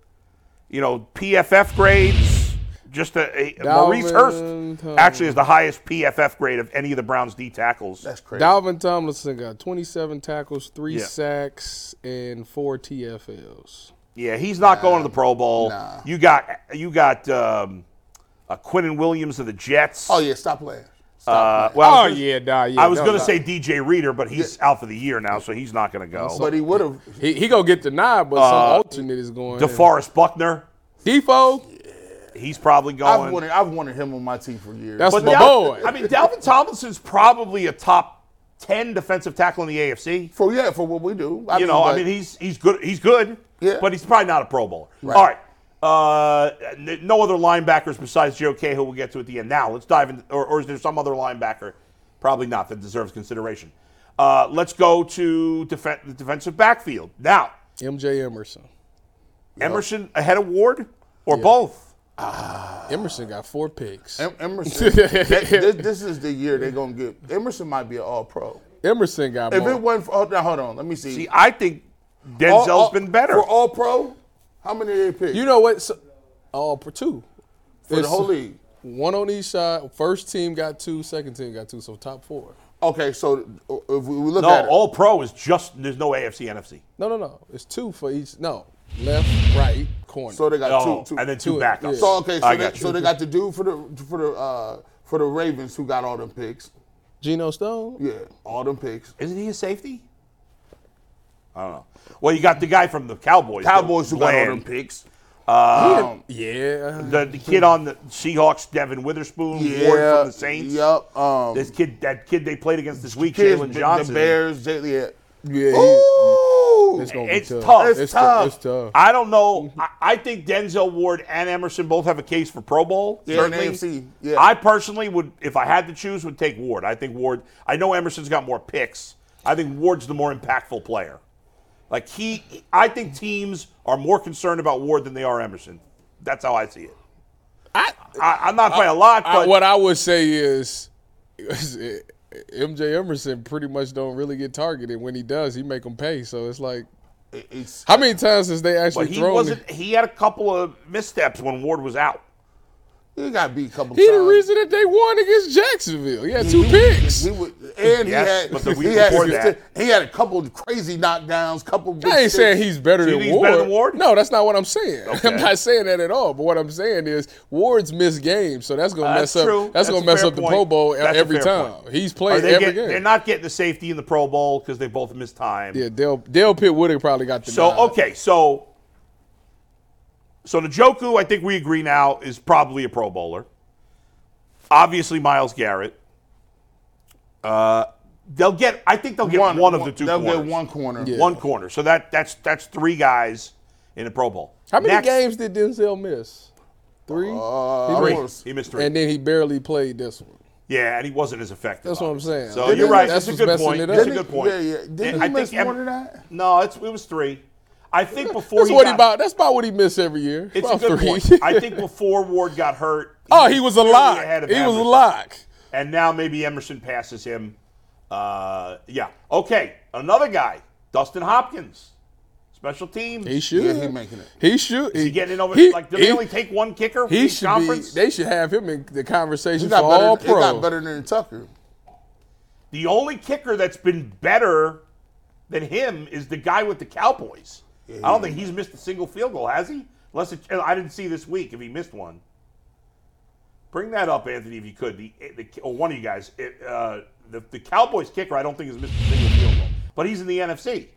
S2: you know, PFF grades, just a, a Maurice
S3: Dalvin
S2: Hurst actually is the highest PFF grade of any of the Browns D tackles.
S4: that's crazy.
S3: Dalvin Tomlinson got 27 tackles, three
S2: Yeah.
S3: sacks, and four TFLs.
S2: yeah, he's not going to the Pro Bowl.
S4: Nah.
S2: You got you got um, uh, Quinnen Williams of the Jets.
S4: oh yeah, stop playing.
S2: Uh,
S4: Stop playing.
S2: well, I
S3: Oh
S2: was gonna-
S3: yeah, nah, yeah.
S2: I was
S3: no,
S2: going to
S3: nah.
S2: say DJ Reader, but he's out for the year now, so he's not going to go.
S4: but he would have.
S3: he, he gonna get denied, but some alternate is going. in.
S2: DeForest Buckner,
S3: Defoe,
S2: he's probably going.
S4: I've wanted. I've wanted him on my team for years.
S3: That's
S2: But
S3: my
S2: Dal-
S3: boy.
S2: I mean, Dalvin Tomlinson's probably a top ten defensive tackle in the AFC.
S4: for yeah, for what we do. I
S2: you know,
S4: but-
S2: I mean, he's he's good. He's good.
S4: Yeah.
S2: But he's probably not a Pro Bowler. All right. Uh, n- no other linebackers besides Joe K, who we'll get to at the end. Now let's dive in. Or, or is there some other linebacker? Probably not that deserves consideration. Uh, let's go to defen the defensive backfield now.
S3: MJ Emerson.
S2: Emerson ahead of Ward or both?
S3: Emerson got four picks.
S4: Em- Emerson. that- this, this is the year they're gonna get. Emerson might be an All Pro.
S3: Emerson got
S4: If
S3: more.
S4: it wasn't for oh, now, hold on, let me see.
S2: See, I think
S4: All-
S2: Denzel's
S4: all-
S2: been better.
S4: for All Pro. How many did they pick
S3: you know what? So, all for two.
S4: for the whole league?
S3: One on each side. First team got two. Second team got two. So top four.
S4: Okay, so uh, if we we look at
S2: no,
S4: it,
S2: All Pro is just there's no AFC NFC.
S3: No, no, no. It's two for each. No, left, right, corner.
S4: so they got
S2: Oh,
S4: Uh, two, two.
S2: and then two
S3: two-
S2: backups.
S3: yeah.
S4: So okay, so,
S2: I
S4: they,
S2: got you.
S4: so they got the dude for the for the uh, for the Ravens who got all them picks.
S3: Geno Stone.
S4: Yeah, all them picks.
S2: Isn't he a safety? I don't know. Well, you got the guy from the Cowboys.
S4: Cowboys who got all
S2: Bland.
S4: them picks. Um,
S3: yeah.
S2: The, the kid on the Seahawks, Devin Witherspoon, Ward from the Saints.
S4: Yep. Um,
S2: This kid, that kid they played against this week,
S4: kids,
S2: Jalen
S4: the-
S2: Johnson.
S4: The Bears. Jalen- Yeah.
S3: Yeah. he-
S4: Ooh.
S3: it's gonna
S2: It's
S3: be tough.
S2: tough.
S4: It's
S3: tou-
S4: tough.
S3: It's tough.
S2: I don't know.
S3: Mm-hmm.
S2: I, I think Denzel Ward and Emerson both have a case for Pro Bowl.
S4: Yeah, in
S2: certainly.
S4: AFC, yeah.
S2: I personally would, if I had to choose, would take Ward. I think Ward. I know Emerson's got more picks. I think Ward's the more impactful player. Like he, I think teams are more concerned about Ward than they are Emerson. That's how I see it.
S3: I-
S2: I I'm not by a lot,
S3: I-
S2: but
S3: what I would say is, MJ Emerson pretty much don't really get targeted. When he does, he make them pay. So it's like,
S4: It's,
S3: how many times has they actually
S2: but he
S3: thrown?
S2: wasn't. He had a couple of missteps when Ward was out.
S4: he got beat a couple
S3: He
S4: times.
S3: the reason that they won against Jacksonville. He had two picks.
S4: He would, and
S2: Yes,
S4: he
S2: but
S4: had
S2: the week
S4: he had,
S2: before that-
S4: he had a couple of crazy knockdowns, couple. Big
S3: I ain't
S4: sticks.
S3: saying he's better
S2: Do you
S3: than
S2: think he's
S3: Ward.
S2: better than Ward?
S3: No, that's not what I'm saying.
S2: Okay.
S3: I'm not saying that at all. But what I'm saying is Ward's missed games, so that's gonna
S2: Uh,
S3: mess
S2: that's true.
S3: up. That's,
S2: That's a
S3: gonna mess
S2: fair
S3: up the
S2: point.
S3: Pro Bowl e-
S2: That's a
S3: every
S2: fair
S3: time.
S2: point.
S3: He's
S2: Are
S3: played
S2: they
S3: every
S2: are
S3: game.
S2: not getting the safety in the Pro Bowl because they both missed time.
S3: yeah, Dale Dale Pitt would have probably got the.
S2: So okay, so so Njoku, I think we agree now is probably a Pro Bowler. Obviously, Miles Garrett. Uh, they'll get. I think they'll get one, of the 2
S4: They'll
S2: corners.
S4: get one corner.
S3: Yeah.
S2: One corner. So that that's that's three guys in the Pro Bowl.
S3: How many
S2: Next-
S3: games did Denzel miss? Three.
S2: Uh,
S3: He
S4: I
S3: missed-
S4: wanna
S2: He missed three.
S3: and then he barely played this one.
S2: yeah, and he wasn't as effective.
S3: That's what I'm
S2: obviously.
S3: saying.
S2: So
S3: Didn't
S2: you're
S3: he-
S2: right.
S3: that's
S2: That's a
S3: what's
S2: good
S3: messing
S2: point.
S3: it
S2: That's a
S3: up.
S2: good point.
S4: Yeah, yeah. Didn't
S2: And
S4: he
S2: I think
S4: miss
S2: Em-
S4: more than that?
S2: No, it's, it was three. I think before
S3: That's
S2: he
S3: what
S2: got,
S3: he about. That's about what he missed every year.
S2: It's a
S3: about
S2: good
S3: three.
S2: point. I think before Ward got hurt.
S3: oh, he was a
S2: clearly
S3: lock.
S2: ahead of
S3: He was a
S2: Emerson.
S3: lock.
S2: And now maybe Emerson passes him. Uh, yeah. Okay. Another guy, Dustin Hopkins, special teams.
S3: He should.
S4: Yeah, he making it.
S3: He should.
S2: He getting in over.
S3: he-
S2: like, do they
S3: he-
S2: only take one kicker? from
S3: He
S2: each
S3: should
S2: conference?
S3: be. They should have him in the
S4: He
S3: conversation for
S4: got better.
S3: all
S4: he got
S3: pro.
S4: better than Tucker.
S2: the only kicker that's been better than him is the guy with the Cowboys. I don't think he's missed a single field goal, has he? Unless it, I didn't see this week if he missed one. Bring that up, Anthony, if you could. The, eh, the or one of you guys, It, uh, the, the Cowboys kicker, I don't think has missed a single field goal, but he's in the NFC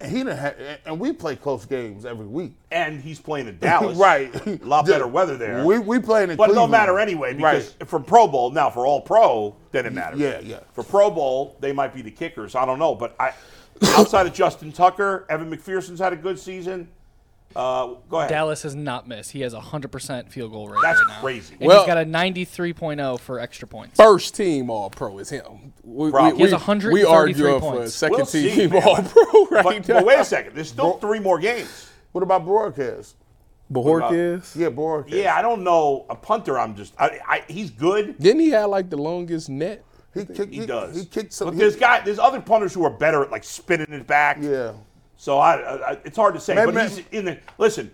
S4: And he didn't have, and we play close games every week.
S2: and he's playing in Dallas.
S4: Right.
S2: a lot better weather there.
S4: We we playing in
S2: But it don't
S4: Cleveland.
S2: matter anyway because for Pro Bowl now for all Pro then it matters.
S4: yeah, yeah.
S2: For Pro Bowl they might be the kickers. I don't know, but I outside of Justin Tucker, Evan McPherson's had a good season. Uh, go ahead.
S5: Dallas has not missed. He has a 100% field goal rate.
S2: That's
S5: right now.
S2: crazy.
S5: And
S3: Well-
S5: he's got a 93.0 for extra points.
S3: First team all pro is him. We,
S2: Bro. He has
S3: we
S5: 133
S3: argue him for a
S5: points.
S3: second
S2: We'll see,
S3: team
S2: man.
S3: all pro right
S2: But,
S3: now.
S2: but wait a second. There's still three more games.
S4: What about broadcast?
S3: Bajorquez.
S4: Yeah, broadcast.
S2: Yeah, I don't know. A punter, I'm just. I, I, he's good.
S3: Didn't he have like the longest net?
S4: he kicked.
S2: He does.
S4: He kicked some.
S2: But
S4: he-
S2: there's guy. There's other punters who are better at like spinning it back.
S4: Yeah.
S2: So I, I, I- it's hard to say.
S4: Maybe-
S2: but he's in the listen.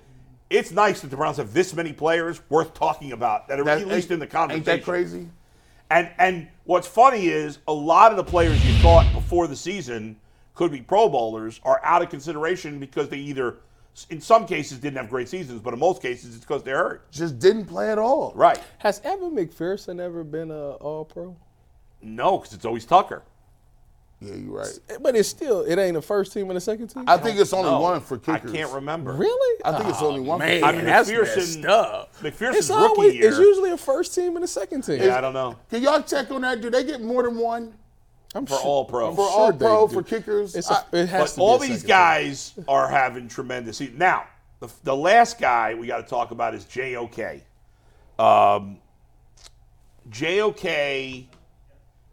S2: It's nice that the Browns have this many players worth talking about that are
S4: That-
S2: at least in the conversation.
S4: Ain't that crazy?
S2: And and what's funny is a lot of the players you thought before the season could be Pro Bowlers are out of consideration because they either, in some cases, didn't have great seasons, but in most cases, it's because they're hurt.
S4: Just didn't play at all.
S2: Right?
S3: Has Evan McPherson ever been a all pro?
S2: No, because it's always Tucker.
S4: Yeah, you're right.
S3: But it's still it ain't a first team and a second team.
S4: I think it's only
S2: No,
S4: one for kickers.
S2: I can't remember.
S3: really.
S4: I think it's only one. for
S3: Oh, Man,
S4: kickers.
S2: I mean,
S3: that's
S2: McPherson-
S3: messed up.
S2: McPherson's
S3: it's
S2: rookie
S3: always,
S2: year.
S3: It's usually a first team and a second team.
S2: yeah, I don't know.
S4: Can y'all check on that? Do they get more than one
S3: I'm
S2: For all pro.
S4: for
S3: Sure
S4: all
S3: they
S4: pro
S3: do.
S4: for kickers?
S3: It's
S4: I-
S3: a, it has
S2: But
S3: to
S2: all
S3: be a
S2: these
S3: second team.
S2: guys are having tremendous. se- Now, the, the last guy we got to talk about is JOK. Um, JOK,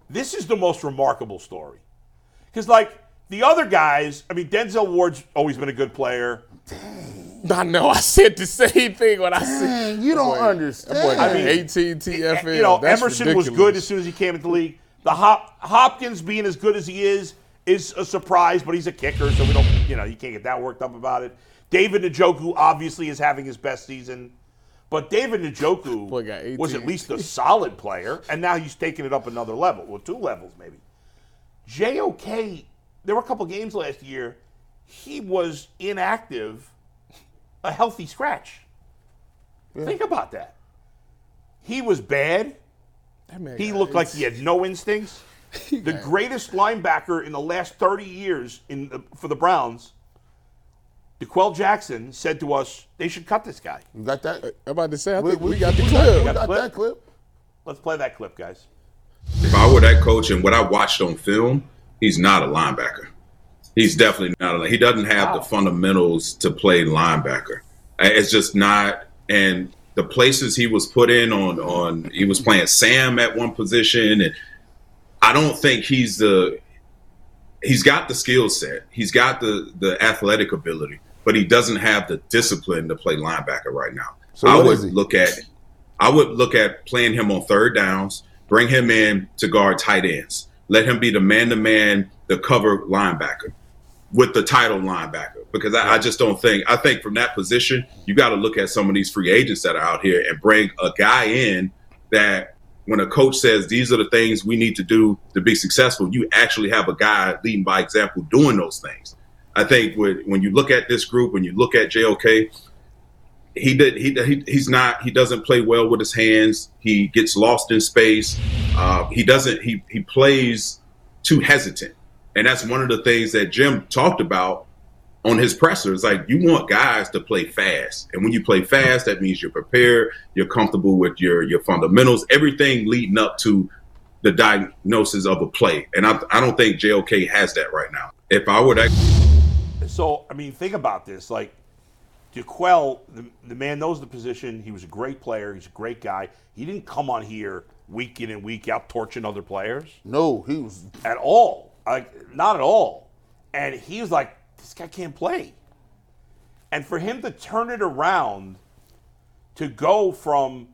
S2: this is the most remarkable story. Because, like, the other guys, I mean, Denzel Ward's always been a good player.
S3: I know. I said the same thing when I said.
S4: Man, you don't
S3: That boy
S4: understand.
S3: got
S2: mean,
S3: 18 TFL.
S2: you know,
S3: That's
S2: Emerson was
S3: ridiculous.
S2: good as soon as he came into the league. The Hop- Hopkins being as good as he is is a surprise, but he's a kicker, so we don't, you know, you can't get that worked up about it. David Njoku obviously is having his best season, but David Njoku
S3: Boy got 18.
S2: was at least a solid player, and now he's taking it up another level, well, two levels maybe. JOK, there were a couple games last year, he was inactive, a healthy scratch. Think about that. He was bad.
S3: That man
S2: He
S3: got
S2: looked like he had no instincts. The greatest linebacker in the last 30 years in the, for the Browns DeQuell Jackson said to us, they should cut this guy.
S4: You got that?
S3: I'm about to say, I think we, got the clip.
S4: We
S2: got
S4: got
S2: clip?
S4: that clip.
S2: Let's play that clip, guys.
S6: If I were that coach and what I watched on film, he's not a linebacker. He's definitely not a li- he doesn't have the fundamentals to play linebacker. Uh, It's just not and the places he was put in on on he was playing Sam at one position and I don't think he's the he's got the skill set. He's got the the athletic ability, but he doesn't have the discipline to play linebacker right now.
S4: So
S6: I
S4: what
S6: would
S4: is he?
S6: look at I would look at playing him on third downs, bring him in to guard tight ends. Let him be the man to man, the cover linebacker with the title linebacker. Because I, I just don't think I think from that position, you gotta look at some of these free agents that are out here and bring a guy in that when a coach says these are the things we need to do to be successful, you actually have a guy leading by example doing those things. I think when when you look at this group, when you look at JOK, he did he, he he's not he doesn't play well with his hands. He gets lost in space. Uh, he doesn't he he plays too hesitant, and that's one of the things that Jim talked about on his pressers. Like you want guys to play fast, and when you play fast, that means you're prepared, you're comfortable with your your fundamentals, everything leading up to the diagnosis of a play. And I I don't think JLK has that right now. If I were that
S2: So, I mean, think about this. Like, DeQuell, the, the man knows the position. He was a great player. He's a great guy. He didn't come on here week in and week out torching other players
S4: No, he was.
S2: at all. Like, not at all. And he was like, this guy can't play. And for him to turn it around to go from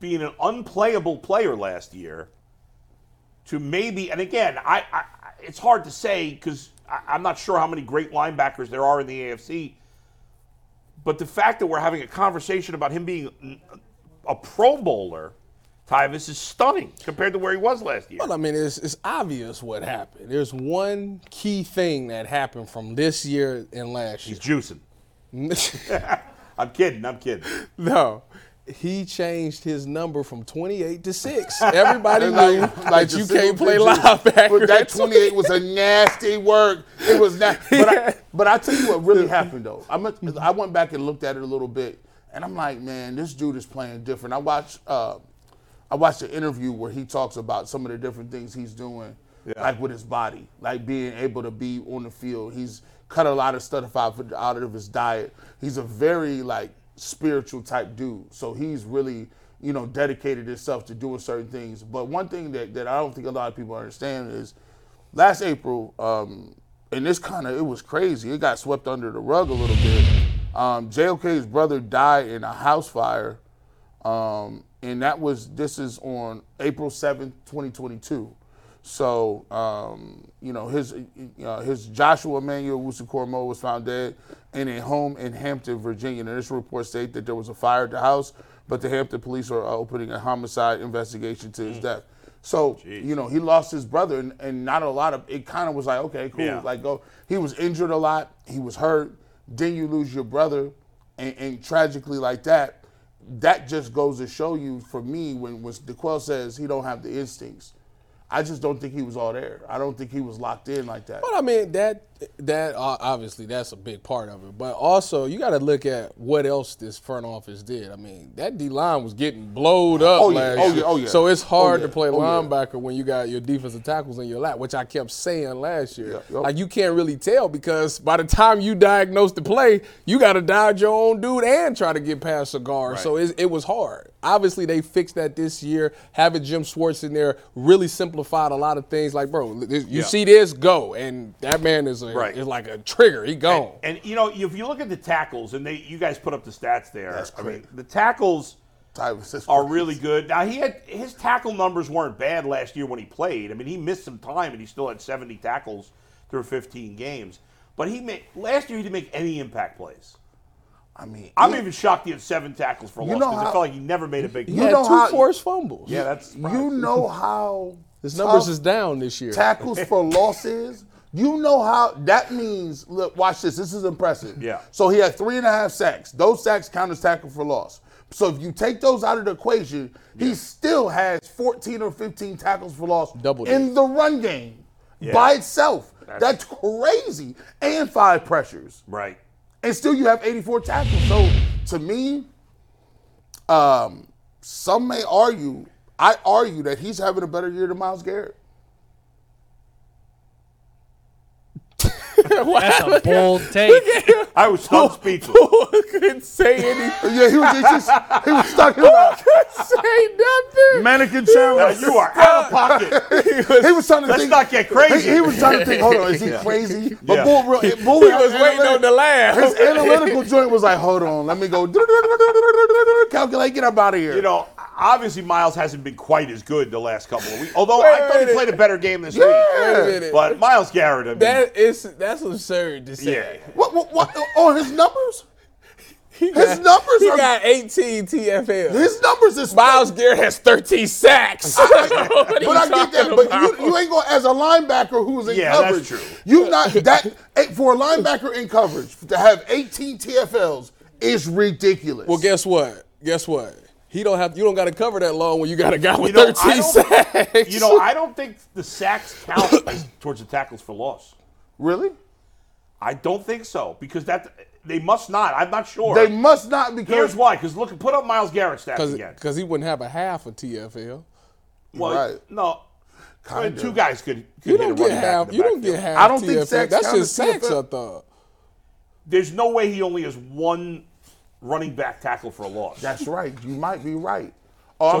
S2: being an unplayable player last year to maybe, and again, I, I I- it's hard to say because I'm not sure how many great linebackers there are in the AFC. But the fact that we're having a conversation about him being n- a Pro Bowler, Tyvis, is stunning compared to where he was last year.
S3: Well, I mean, it's, it's obvious what happened. There's one key thing that happened from this year and last year.
S2: He's juicing. I'm kidding. I'm kidding.
S3: No, he changed his number from 28 to 6. Everybody knew
S4: like
S3: that you
S4: the single
S3: can't play
S4: digits.
S3: linebacker.
S4: But that 28 was a nasty work. It was not. But I, but I tell you what really happened though. I I went back and looked at it a little bit, and I'm like, man, this dude is playing different. I watched uh, I watched an interview where he talks about some of the different things he's doing, like with his body, like being able to be on the field. He's cut a lot of stuff out of- out of his diet. He's a very like spiritual type dude, so he's really you know dedicated himself to doing certain things. But one thing that that I don't think a lot of people understand is last April, um, and this kind of it was crazy. It got swept under the rug a little bit. Um, JOK's brother died in a house fire, um, and that was this is on April seventh, twenty twenty two. So um, you know his uh, his Joshua Emmanuel Wusukormo was found dead in a home in Hampton, Virginia. And this report state that there was a fire at the house, but the Hampton police are uh, opening a homicide investigation to his death. So you know he lost his brother, and, and not a lot of it. Kind of was like okay, cool.
S2: Yeah.
S4: Like go. He was injured a lot. He was hurt. Then you lose your brother, and, and tragically like that, that just goes to show you. For me, when when DeQuell says he don't have the instincts, I just don't think he was all there. I don't think he was locked in like that.
S3: But I mean that that uh, obviously that's a big part of it. But also you got to look at what else this front office did. I mean that D line was getting blowed up
S4: Oh, yeah.
S3: last
S4: Oh, yeah.
S3: year.
S4: Oh, yeah.
S3: So it's hard
S4: Oh,
S3: to
S4: yeah.
S3: play
S4: Oh, yeah.
S3: linebacker when you got your defensive tackles in your lap, which I kept saying last year.
S4: Yeah, yep.
S3: Like you can't really tell because by the time you diagnose the play, you got to dodge your own dude and try to get past Cigar. So it, it was hard. Obviously they fixed that this year. Having Jim Schwartz in there really simplified a lot of things. Like bro, this, you
S2: Yeah.
S3: see this go, and that man is a,
S2: Right.
S3: is like a trigger. He
S4: Oh.
S3: gone.
S2: And you know, if you look at the tackles, and they you guys put up the stats there.
S4: That's
S2: I mean,
S4: great.
S2: the tackles
S4: Tyrus is-
S2: are really good. Now he had his tackle numbers weren't bad last year when he played. I mean, he missed some time, and he still had 70 tackles through 15 games. But he made last year he didn't make any impact plays.
S4: I mean,
S2: I'm
S4: you,
S2: even shocked he had seven tackles for a
S4: You
S2: loss
S4: know
S2: because it
S4: how-
S2: felt like he never made a big.
S3: he
S2: play.
S3: had
S4: know
S3: two
S4: how-
S3: forced fumbles.
S2: Yeah, that's
S4: you know how
S3: his numbers
S4: tough
S3: is down this year.
S4: tackles for losses. You know how that means. Look, watch this. This is impressive.
S2: Yeah.
S4: So he had three and a half sacks. Those sacks count as tackle for loss. So if you take those out of the equation, he still has 14 or 15 tackles for loss
S3: Double
S4: in
S3: digits.
S4: the run game by itself. That's, crazy. And five pressures.
S2: right.
S4: and still you have 84 tackles. So to me, um, some may argue, I argue that he's having a better year than Miles Garrett.
S5: That's a bold take.
S2: I was so speechless.
S3: couldn't say anything.
S4: Yeah, he was he just he was stuck. He was,
S3: say nothing.
S4: mannequin
S2: Now,
S4: challenge.
S2: you are out of pocket.
S3: He was,
S4: He was trying to
S2: Let's
S4: think.
S2: not get crazy.
S4: He, he was trying to think. Hold on, is he crazy? But
S2: Yeah.
S4: Bull, real- Bull
S3: he was waiting on the
S4: His
S3: laugh.
S4: analytical joint was like, hold on, let me go calculate, get up out of here.
S2: You know, obviously Miles hasn't been quite as good the last couple of weeks. Although
S3: Wait
S2: I
S3: a
S2: thought he
S3: minute.
S2: played a better game this
S4: Yeah.
S3: Wait a
S2: week.
S3: minute.
S2: But Miles Garrett, I mean,
S3: that is that's absurd to say.
S2: yeah.
S4: what, what, what? Oh, his numbers?
S3: He
S4: His numbers
S3: He
S4: are-
S3: got 18 TFL.
S4: His numbers is
S3: Miles Garrett has 13 sacks. what are you
S4: But I get that.
S3: talking
S4: But
S3: about?
S4: you, you ain't going as a linebacker who's in
S2: Yeah, that's
S4: coverage.
S2: true.
S4: You not that eh, for a linebacker in coverage to have 18 TFLs is ridiculous.
S3: well, guess what? Guess what? He don't have you don't got to cover that long when you got a guy with
S2: You know,
S3: 13
S2: I don't-
S3: sacks.
S2: you know, I don't think the sacks count as- towards the tackles for loss.
S4: really?
S2: I don't think so because that they must not. I'm not sure.
S4: They must not because
S2: Here's why. Because look, put up Miles Garrett stats again.
S3: because he wouldn't have a half of TFL.
S2: Well,
S4: Right.
S2: no. I mean,
S4: Kinda.
S2: two guys could, could
S3: You
S2: hit a
S3: don't
S2: running
S3: get
S2: back
S3: half.
S2: in the
S3: You don't
S2: backfield.
S3: get half.
S4: I don't think
S3: TFL.
S4: sacks
S3: That's
S4: count
S3: just
S4: as
S3: sacks.
S4: TFL.
S3: I thought.
S2: There's no way he only has one running back tackle for a loss.
S4: That's right. You might be right. Oh.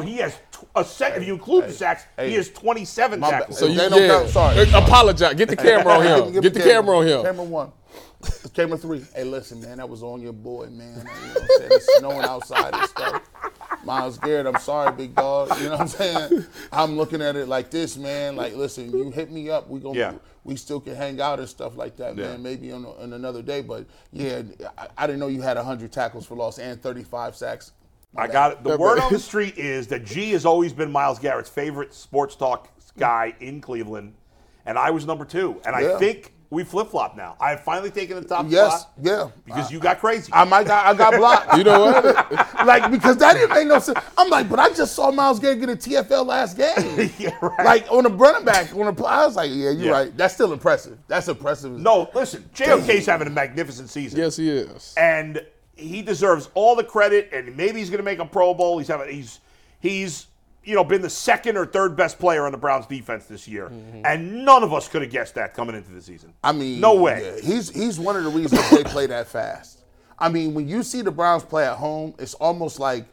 S2: so he has tw- a set. if you include the sacks, he has 27
S4: bad.
S2: tackles.
S4: So
S3: So you,
S4: They don't
S3: yeah.
S4: count. Sorry.
S3: Uh, Apologize. Get the camera on
S4: Give
S3: him.
S4: me-
S3: Get,
S4: give me
S3: the camera on him.
S4: Camera one. Camera three. Hey, listen, man, that was on your boy, man. You know what I'm saying? It's snowing outside and stuff. Miles Garrett, I'm sorry, big dog. You know what I'm saying? I'm looking at it like this, man. Like, listen, you hit me up. We gonna,
S2: Yeah.
S4: we still can hang out and stuff like that, man. Maybe on, on another day, but yeah, I, I didn't know you had 100 tackles for loss and 35 sacks.
S2: I got it. The word on the street is that G has always been Miles Garrett's favorite sports talk guy in Cleveland, and I was number two. And
S4: Yeah.
S2: I think we flip flop now. I have finally taken the top
S4: Yes,
S2: spot
S4: yeah.
S2: because you got crazy.
S4: I might got, I got blocked.
S3: You know what?
S4: like because that didn't make no sense. I'm like, but I just saw Miles Garrett get a TFL last game.
S2: Yeah, right.
S4: Like on a running back on a play. I was like, yeah, you're
S2: Yeah.
S4: right. That's still impressive. That's impressive.
S2: no, listen, JOK's having a magnificent season.
S3: yes, he is.
S2: and he deserves all the credit. And maybe he's going to make a Pro Bowl. He's having he's he's you know been the second or third best player on the Browns defense this year,
S5: Mm-hmm.
S2: and none of us could have guessed that coming into the season.
S4: I mean,
S2: no way.
S4: yeah, he's he's one of the reasons they play that fast. I mean, when you see the Browns play at home, it's almost like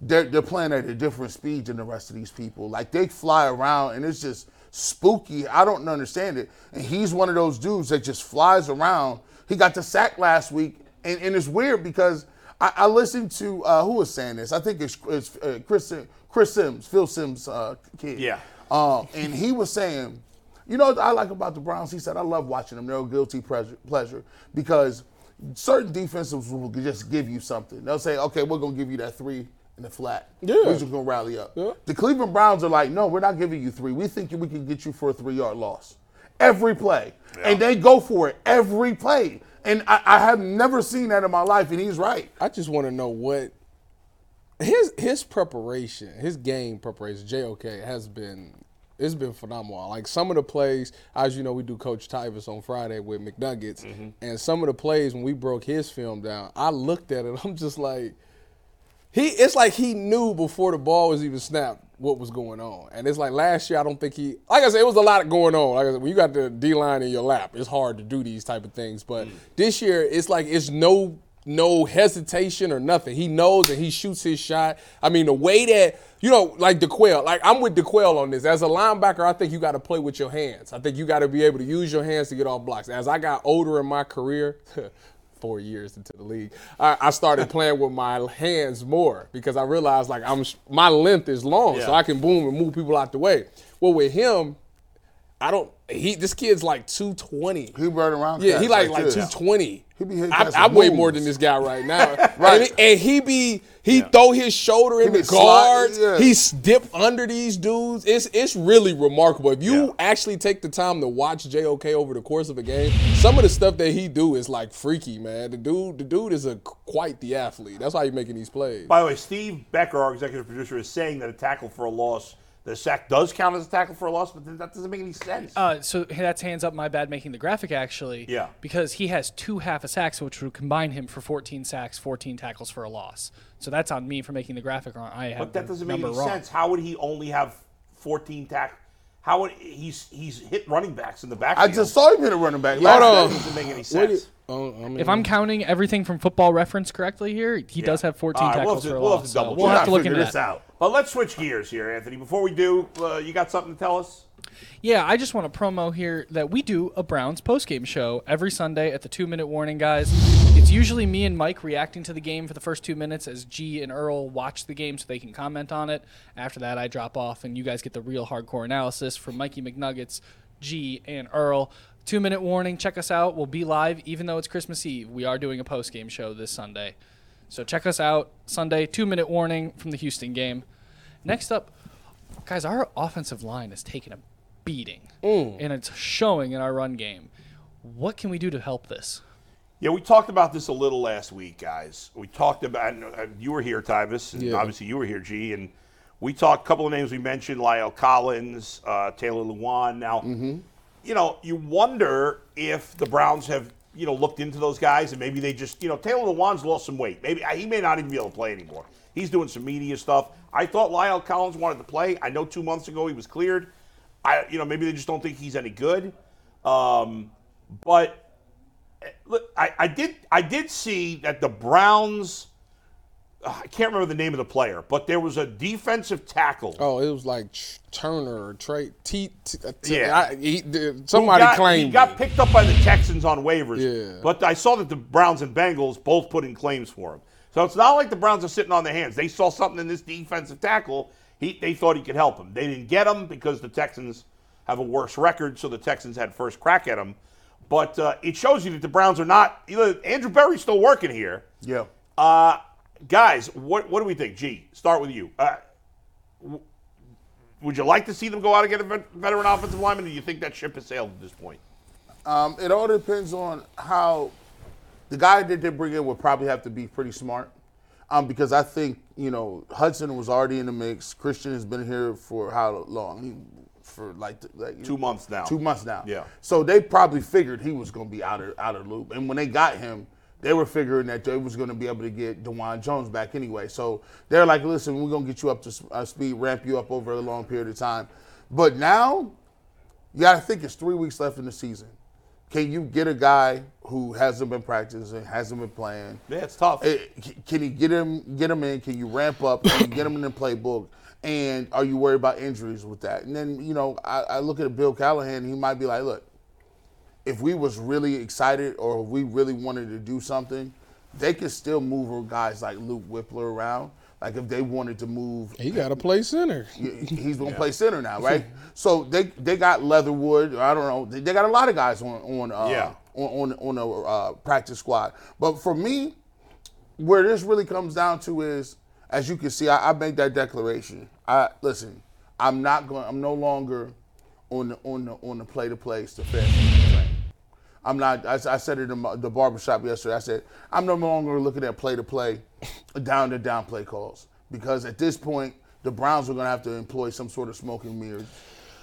S4: they're they're playing at a different speed than the rest of these people. Like they fly around and it's just spooky. I don't understand it. And he's one of those dudes that just flies around. He got the sack last week, and, and it's weird because I, I listened to uh, who was saying this. I think it's, it's uh, Chris Chris Sims, Phil Sims' uh, kid.
S2: Yeah.
S4: Um, and he was saying, you know what I like about the Browns? He said, I love watching them. They're a guilty pleasure, pleasure because certain defenses will just give you something. They'll say, okay, we're going to give you that three in the flat. Yeah. We're just going to rally up. The Cleveland Browns are like, no, we're not giving you three. We think we can get you for a three yard loss every play. And they go for it every play. And I, I have never seen that in my life, and he's right.
S3: I just want to know what his his preparation, his game preparation, JOK has been it's been phenomenal. Like some of the plays, as you know, we do Coach Tyvus on Friday with McNuggets, and some of the plays when we broke his film down, I looked at it. I'm just like, he. It's like he knew before the ball was even snapped what was going on, and it's like last year I don't think he. Like I said, it was a lot going on. Like I said, when you got the D line in your lap, it's hard to do these type of things. But this year, it's like it's no no hesitation or nothing. He knows and he shoots his shot. I mean, the way that you know, like DeQuell, like I'm with DeQuell on this. As a linebacker, I think you got to play with your hands. I think you got to be able to use your hands to get off blocks. As I got older in my career, four years into the league, I, I started playing with my hands more because I realized like I'm my length is long, so
S2: Yeah.
S3: I can boom and move people out the way. Well, with him, I don't. He this kid's like 220.
S4: He run around.
S3: Yeah, he
S4: cats
S3: like like
S4: this.
S3: 220.
S4: He be hitting
S3: I,
S4: cats
S3: I'm
S4: with
S3: way more
S4: moves.
S3: than this guy right now.
S4: Right.
S3: And he, and he be he throw his shoulder in the
S4: He be sliding,
S3: guards.
S4: yeah.
S3: He dip under these dudes. It's it's really remarkable. If you
S2: Yeah.
S3: actually take the time to watch JOK over the course of a game, some of the stuff that he do is like freaky, man. The dude the dude is a quite the athlete. That's why he's making these plays.
S2: By the way, Steve Becker, our executive producer, is saying that a tackle for a loss The sack does count as a tackle for a loss, but that doesn't make any sense.
S5: Uh, so that's hands up. My bad, making the graphic actually.
S2: Yeah.
S5: Because he has two half a sacks, which would combine him for 14 sacks, 14 tackles for a loss. So that's on me for making the graphic wrong. I have
S2: But that
S5: the
S2: doesn't make
S5: number
S2: any
S5: wrong.
S2: sense. How would he only have 14 tack? How would he's he's hit running backs in the back?
S4: I just saw him hit a running back.
S2: That
S4: Last
S3: Hold on.
S2: doesn't make any sense.
S3: Oh, I mean,
S5: If I'm counting everything from Football Reference correctly here, he does have 14
S2: All right, we'll
S5: tackles
S2: have to-
S5: for a
S2: we'll have
S5: loss.
S2: to
S5: so
S2: double
S5: we'll
S2: check.
S5: have to
S4: Gotta
S5: look into
S4: figure
S5: that.
S4: this out.
S2: But let's switch gears here, Anthony. Before we do, uh, you got something to tell us?
S5: Yeah, I just want to promo here that we do a Browns postgame show every Sunday at the two minute warning, guys. It's usually me and Mike reacting to the game for the first two minutes as G and Earl watch the game so they can comment on it. After that, I drop off and you guys get the real hardcore analysis from Mikey McNuggets, G, and Earl. Two minute warning, check us out. We'll be live even though it's Christmas Eve. We are doing a postgame show this Sunday. So check us out Sunday, two minute warning from the Houston game. Next up, guys, our offensive line is taking a beating, and it's showing in our run game. What can we do to help this?
S2: Yeah, we talked about this a little last week, guys. We talked about and, uh, you were here, Tyvis, and
S3: Yeah.
S2: obviously you were here, G. And we talked a couple of names we mentioned: Lyle Collins, uh, Taylor Lewan. Now, you know, you wonder if the Browns have you know looked into those guys, and maybe they just you know Taylor Lewan's lost some weight. Maybe uh, he may not even be able to play anymore. He's doing some media stuff. I thought Lyle Collins wanted to play. I know two months ago he was cleared. I you know maybe they just don't think he's any good. Um, but eh, look, I, I did I did see that the Browns I can't remember the name of the player, but there was a defensive tackle.
S3: oh, it was like Ch- Turner or Trey. T, t, uh, t-
S2: Yeah.
S3: I- he- the- somebody
S2: got,
S3: claimed.
S2: he got
S3: me.
S2: picked up by the Texans on waivers.
S3: Yeah.
S2: But I saw that the Browns and Bengals both put in claims for him. So it's not like the Browns are sitting on their hands. They saw something in this defensive tackle. He, they thought he could help him. They didn't get him because the Texans have a worse record, so the Texans had first crack at him. But uh, it shows you that the Browns are not. You know, Andrew Berry's still working here.
S4: Yeah.
S2: Uh, guys, what what do we think? G, start with you. Uh, w- would you like to see them go out and get a vet- veteran offensive lineman? Or do you think that ship has sailed at this point?
S4: Um, it all depends on how the guy that they bring in would probably have to be pretty smart. Um, because I think, you know, Hudson was already in the mix. Christian has been here for how long? He, for like, th- like
S2: Two months now.
S4: Two months now.
S2: Yeah.
S4: So they probably figured he was going to be out of out of the loop, and when they got him, they were figuring that they was going to be able to get Dewan Jones back anyway. So they're like, listen, we're going to get you up to s- uh, speed, ramp you up over a long period of time. But now, you got to think it's three weeks left in the season. Can you get a guy who hasn't been practicing, hasn't been playing?
S2: Yeah, it's tough.
S4: it- c- can you get him get him in? Can you ramp up? Can you get him in the playbook? And are you worried about injuries with that? And then you know, I, I look at Bill Callahan. He might be like, look, if we was really excited or if we really wanted to do something, they could still move guys like Luke Whippler around. Like if they wanted to move
S3: He got to play center.
S4: he- he's gonna play center now, right? so they they got Leatherwood. I don't know. They, they got a lot of guys on on uh,
S2: Yeah.
S4: on on on a uh, practice squad. But for me, where this really comes down to is, as you can see, I, I made that declaration. I listen. I'm not going. I'm no longer on the on the on the play to plays to finish. I'm not. I, I said it in my, the barbershop yesterday. I said I'm no longer looking at play to play, down to down play calls because at this point the Browns are going to have to employ some sort of smoking mirrors.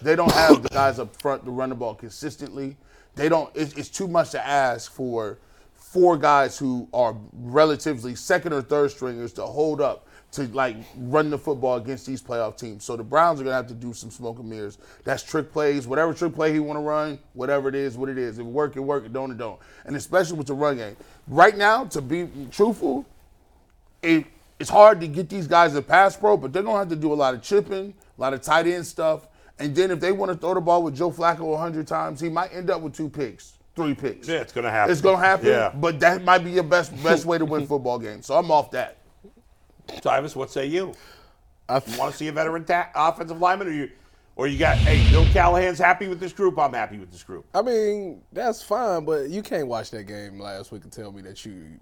S4: They don't have the guys up front to run the ball consistently. They don't. It's, it's too much to ask for four guys who are relatively second or third stringers to hold up to like run the football against these playoff teams. So the Browns are gonna have to do some smoke and mirrors. That's trick plays, whatever trick play he wanna run, whatever it is, what it is. If it work, it work, it don't, it don't. And especially with the run game. Right now, to be truthful, it, it's hard to get these guys to pass pro, but they're gonna have to do a lot of chipping, a lot of tight end stuff. And then if they want to throw the ball with Joe Flacco hundred times, he might end up with two picks, three picks.
S2: Yeah, it's gonna happen.
S4: It's gonna happen.
S2: Yeah.
S4: But that might be your best best way to win football games. So I'm off that.
S2: Tyvis, what say you?
S3: I
S2: You want to see a veteran ta- offensive lineman, or you, or you got? Hey, Bill Callahan's happy with this group. I'm happy with this group.
S3: I mean, that's fine, but you can't watch that game last week and tell me that you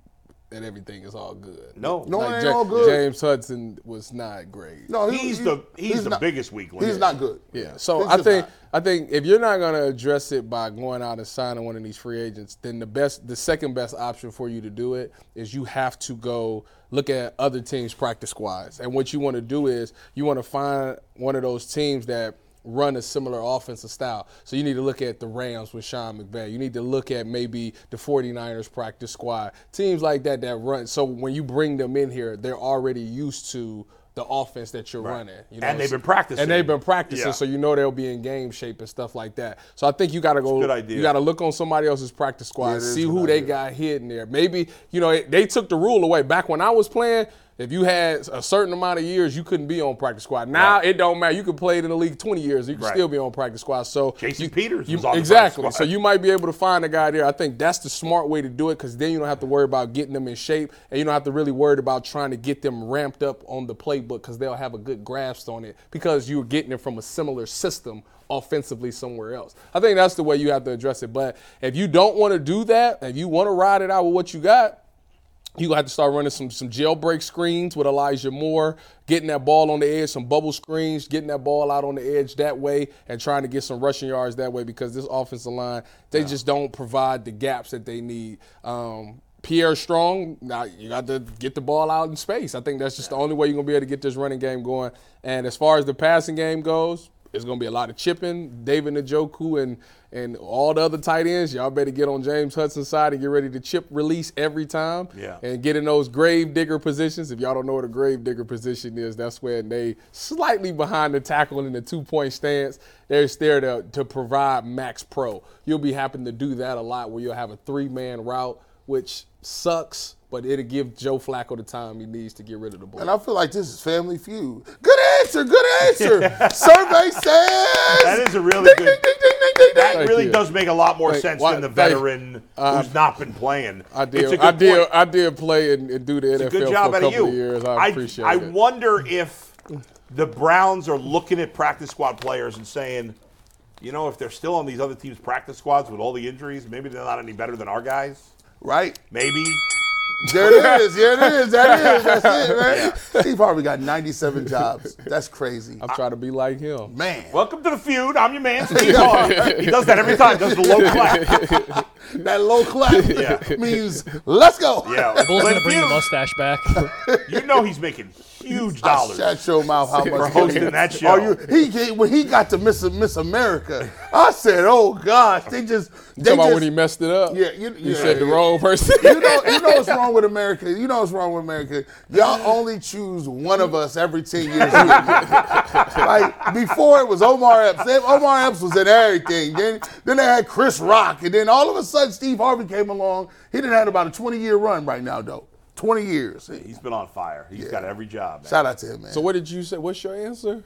S3: that everything is all good.
S2: No.
S4: No, it ain't
S3: Ja-
S4: all good.
S3: James Hudson was not great.
S4: No, he-
S2: He's
S4: he-
S2: the he's, the
S4: not-
S2: biggest weak link.
S4: He's not good.
S3: Yeah. So
S4: He's
S3: I
S4: just
S3: think
S4: not.
S3: I think if you're not going to address it by going out and signing one of these free agents, then the best the second best option for you to do it is you have to go look at other teams practice squads. And what you want to do is you want to find one of those teams that run a similar offensive style. So you need to look at the Rams with Sean McVay. You need to look at maybe the 49ers practice squad. Teams like that that run. So when you bring them in here, they're already used to the offense that you're running. You know?
S2: And they've been practicing.
S3: And they've been practicing,
S2: Yeah.
S3: so you know they'll be in game shape and stuff like that. So I think you got to go.
S2: good idea.
S3: You got to look on somebody else's practice squad,
S4: it is
S3: see
S4: a
S3: who
S4: good
S3: they
S4: idea.
S3: got hidden there. Maybe you know they took the rule away back when I was playing. If you had a certain amount of years, you couldn't be on practice squad. Now it don't matter. You could play it in the league 20 years. You can
S2: Right.
S3: still be on practice squad. So
S2: Jason
S3: you-
S2: Peters
S3: you-
S2: was on the practice
S3: exactly.
S2: squad.
S3: So you might be able to find a guy there. I think that's the smart way to do it because then you don't have to worry about getting them in shape, and you don't have to really worry about trying to get them ramped up on the playbook because they'll have a good grasp on it because you're getting it from a similar system offensively somewhere else. I think that's the way you have to address it. But if you don't want to do that, if you want to ride it out with what you got, you gonna have to start running some some jailbreak screens with Elijah Moore, getting that ball on the edge, some bubble screens, getting that ball out on the edge that way, and trying to get some rushing yards that way because this offensive line they just don't provide the gaps that they need. Um, Pierre Strong, now you got to get the ball out in space. I think that's just the only way you're gonna be able to get this running game going. And as far as the passing game goes, it's gonna be a lot of chipping. David Njoku and and all the other tight ends, y'all better get on James Hudson's side and get ready to chip release every time.
S2: Yeah.
S3: And get in those grave digger positions. If y'all don't know what a grave digger position is, that's when they slightly behind the tackle in the two point stance. They're just there to, to provide max pro. You'll be having to do that a lot where you'll have a three man route, which sucks, but it'll give Joe Flacco the time he needs to get rid of the ball.
S4: And I feel like this is Family Feud. Good answer, good answer. Survey says that
S2: is a really good-
S4: ding, Ding, ding, ding, ding, ding,
S2: That
S4: ding.
S2: really
S3: you.
S2: does make a lot more
S3: Thank-
S2: sense
S3: why-
S2: than the
S3: thank-
S2: veteran who's not been playing.
S3: I
S2: It's a
S3: did.
S2: good
S3: I did.
S2: point.
S3: I did play and, and do the NFL
S2: Good
S3: for a
S2: job out
S3: couple
S2: of you.
S3: of years. I, appreciate
S2: I
S3: it.
S2: wonder if the Browns are looking at practice squad players and saying, you know, if they're still on these other teams' practice squads with all the injuries, maybe they're not any better than our guys.
S4: Right.
S2: Maybe.
S4: There it is. There it is. That is. That's it, man. He probably got 97 jobs. That's crazy.
S3: I'm trying to be like him.
S4: Man.
S2: Welcome to the feud. I'm your man, Steve Hawk. He does that every time. Does the low clap.
S4: that low clap
S2: Yeah.
S4: means let's go.
S2: Yeah. Play
S5: Bull's gonna
S2: the
S5: bring the
S2: feud.
S5: mustache back.
S2: You know he's making huge
S4: I
S2: dollars
S4: shut your mouth how
S2: for
S4: much
S2: hosting that show.
S4: Are you, he get- when he got to Miss Miss America, I said, "Oh gosh, they just they
S3: Talking
S4: just,
S3: about when he messed it up.
S4: Yeah, you-
S3: he
S4: yeah,
S3: said the
S4: yeah.
S3: wrong person.
S4: you know, you know what's wrong with America. You know what's wrong with America. Y'all only choose one of us every ten years. like before, it was Omar Epps. They- Omar Epps was in everything. Then, then they had Chris Rock, and then all of a sudden, Steve Harvey came along. He didn't have about a twenty-year run right now, though. Twenty years.
S2: He's been on fire. He's got every job. man.
S4: Shout out to him, man.
S3: so what did you say? What's your answer?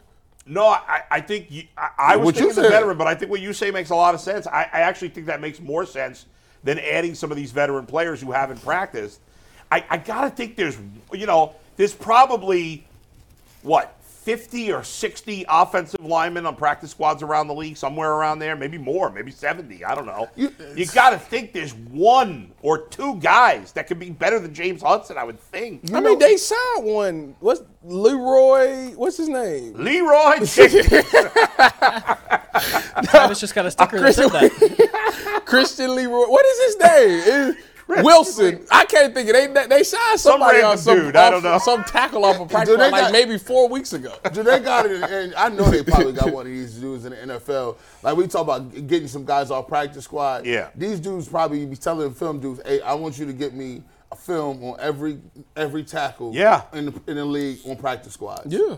S2: No, I, I think you, I, I was
S4: What you
S2: thinking the
S4: said.
S2: veteran, but I think what you say makes a lot of sense. I, I actually think that makes more sense than adding some of these veteran players who haven't practiced. I, I gotta think there's, you know, there's probably what 50 or 60 offensive linemen on practice squads around the league, somewhere around there, maybe more, maybe 70. I don't know. You,
S4: You-
S2: gotta think there's one or two guys that could be better than James Hudson, I would think.
S3: I mean, they signed one. What's Leroy? What's his name?
S2: Leroy Jenkins.
S5: Travis just got a sticker that said that.
S3: Christian Leroy. What is his name? It- Wilson. I can't think of it. They, they signed somebody
S2: random
S3: on some,
S2: dude, I don't
S3: off-
S2: know.
S3: some tackle off of practice
S4: Dude, they
S3: like
S4: got-
S3: maybe four weeks ago.
S4: Do they got it? And I know they probably got one of these dudes in the NFL. Like we talk about g- getting some guys off practice squad.
S2: Yeah.
S4: These dudes probably be telling film dudes, "Hey, I want you to get me a film on every every tackle.
S2: Yeah.
S4: In the, in the league on practice squad.
S3: Yeah.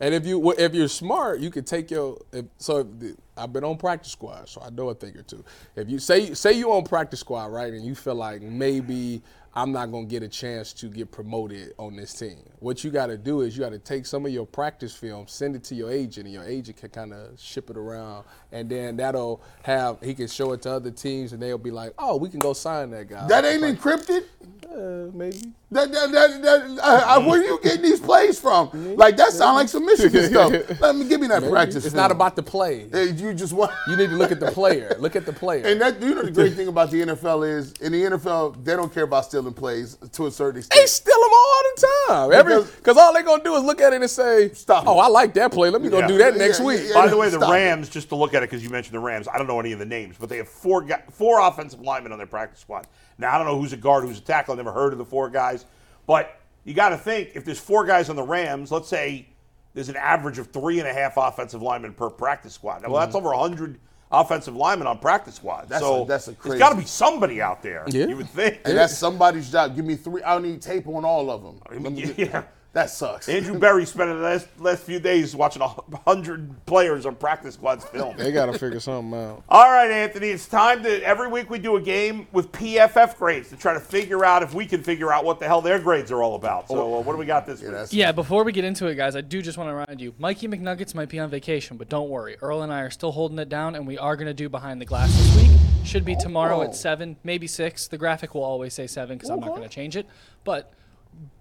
S3: And if you well, if you're smart, you could take your. If, so if the- I've been on practice squad, so I know a thing or two. If you say say you on practice squad, right, and you feel like maybe I'm not gonna get a chance to get promoted on this team, what you got to do is you got to take some of your practice film, send it to your agent, and your agent can kind of ship it around, and then that'll have he can show it to other teams, and they'll be like, oh, we can go sign that guy.
S4: That ain't encrypted.
S3: uh, maybe.
S4: That, that, that, that, uh, uh,
S2: Mm-hmm.
S4: where you getting these plays from? Like that sound like some Michigan stuff. Let me give me that practice.
S3: It's not
S4: film.
S3: about the play.
S4: Hey, you just want.
S3: You need to look at the player. Look at the player.
S4: And that you know the great thing about the NFL is in the NFL they don't care about stealing stealing plays to a certain
S3: They
S4: extent.
S3: steal them all the time. Every
S4: Because-
S3: because all they gonna do is look at it and say,
S4: Stop it.
S3: Oh, I like that play. Let me go
S2: Yeah.
S3: do that
S4: Yeah,
S3: next
S4: yeah,
S3: week."
S4: yeah.
S2: By the way, the
S4: Stop it.
S2: Rams, just to look at it, because you mentioned the Rams, I don't know any of the names, but they have four guy, four offensive linemen on their practice squad. Now, I don't know who's a guard, who's a tackle. I've never heard of the four guys. But you got to think if there's four guys on the Rams, let's say there's an average of three and a half offensive linemen per practice squad. Now, well, that's over 100 offensive linemen on practice squad.
S4: Mm-hmm. That's
S2: so
S4: a- that's a
S2: there's
S4: crazy-
S2: got to be somebody out there,
S3: Yeah.
S2: you would think.
S4: And that's somebody's job. Give me three. I don't need tape on all of them. Let me get-
S2: yeah.
S4: That sucks.
S2: Andrew Berry spent the last, last few days watching 100 players on practice squads film.
S3: They gotta figure something out.
S2: All right, Anthony, it's time to every week we do a game with PFF grades to try to figure out if we can figure out what the hell their grades are all about. So, uh, what do we got this week?
S4: that's-
S5: Yeah, before we get into it, guys, I do just want to remind you Mikey McNuggets might be on vacation, but don't worry. Earl and I are still holding it down, and we are going to do Behind the Glass this week. Should be tomorrow
S2: Oh.
S5: at 7, maybe 6. The graphic will always say 7 because I'm not going to change it. But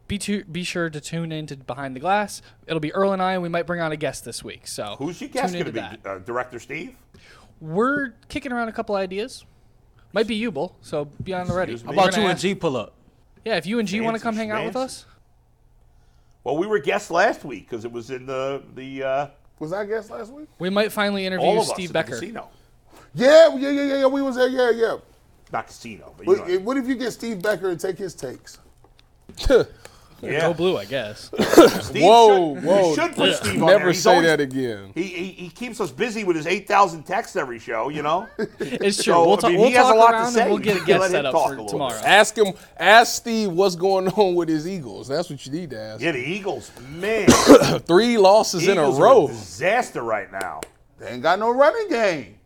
S5: be, tu- be sure to tune in to Behind the Glass. It'll be Earl and I, and we might bring on a guest this week. So
S2: Who's your guest
S5: tune
S2: going
S5: into
S2: to be?
S5: that.
S2: Uh, Director Steve?
S5: We're kicking around a couple ideas. Might be Ubel, so be on the ready.
S2: Excuse me.
S5: We're
S2: How
S7: About
S5: gonna
S7: you and
S5: ask-
S7: G pull up.
S5: Yeah, if you and G want to
S2: Fancy
S5: come hang out with
S2: schmancy.
S5: us,
S2: Well, we were guests last week because it was in the the uh,
S4: was I guest last week?
S5: we might finally
S2: all
S5: interview
S2: of us
S5: Steve
S2: at
S5: Becker.
S2: the casino.
S4: Yeah, yeah, yeah, yeah, yeah. We was there. Yeah, yeah.
S2: Not casino, but you
S4: What,
S2: know,
S4: what if you get Steve Becker and take his takes?
S2: yeah.
S5: Go Oh, blue, I guess.
S2: Steve
S3: Whoa,
S2: should,
S3: whoa.
S2: You should put Steve on there.
S3: Never
S2: He's
S3: say
S2: always-
S3: that again.
S2: He, he, he keeps us busy with his 8,000 texts every show, you know?
S5: It's true.
S2: So,
S5: we'll
S2: I
S5: ta-
S2: mean,
S5: we'll
S2: he has a
S5: talk
S2: lot to
S5: around
S2: say.
S5: and we'll get a
S2: Let
S5: guest
S2: him
S5: set up
S2: talk a
S5: for
S2: little bit.
S5: tomorrow.
S3: Ask him. Ask Steve what's going on with his Eagles. That's what you need to ask.
S2: yeah, the Eagles, man.
S3: Three losses in a
S2: Eagles are
S3: row.
S2: disaster right now.
S4: They ain't got no running game.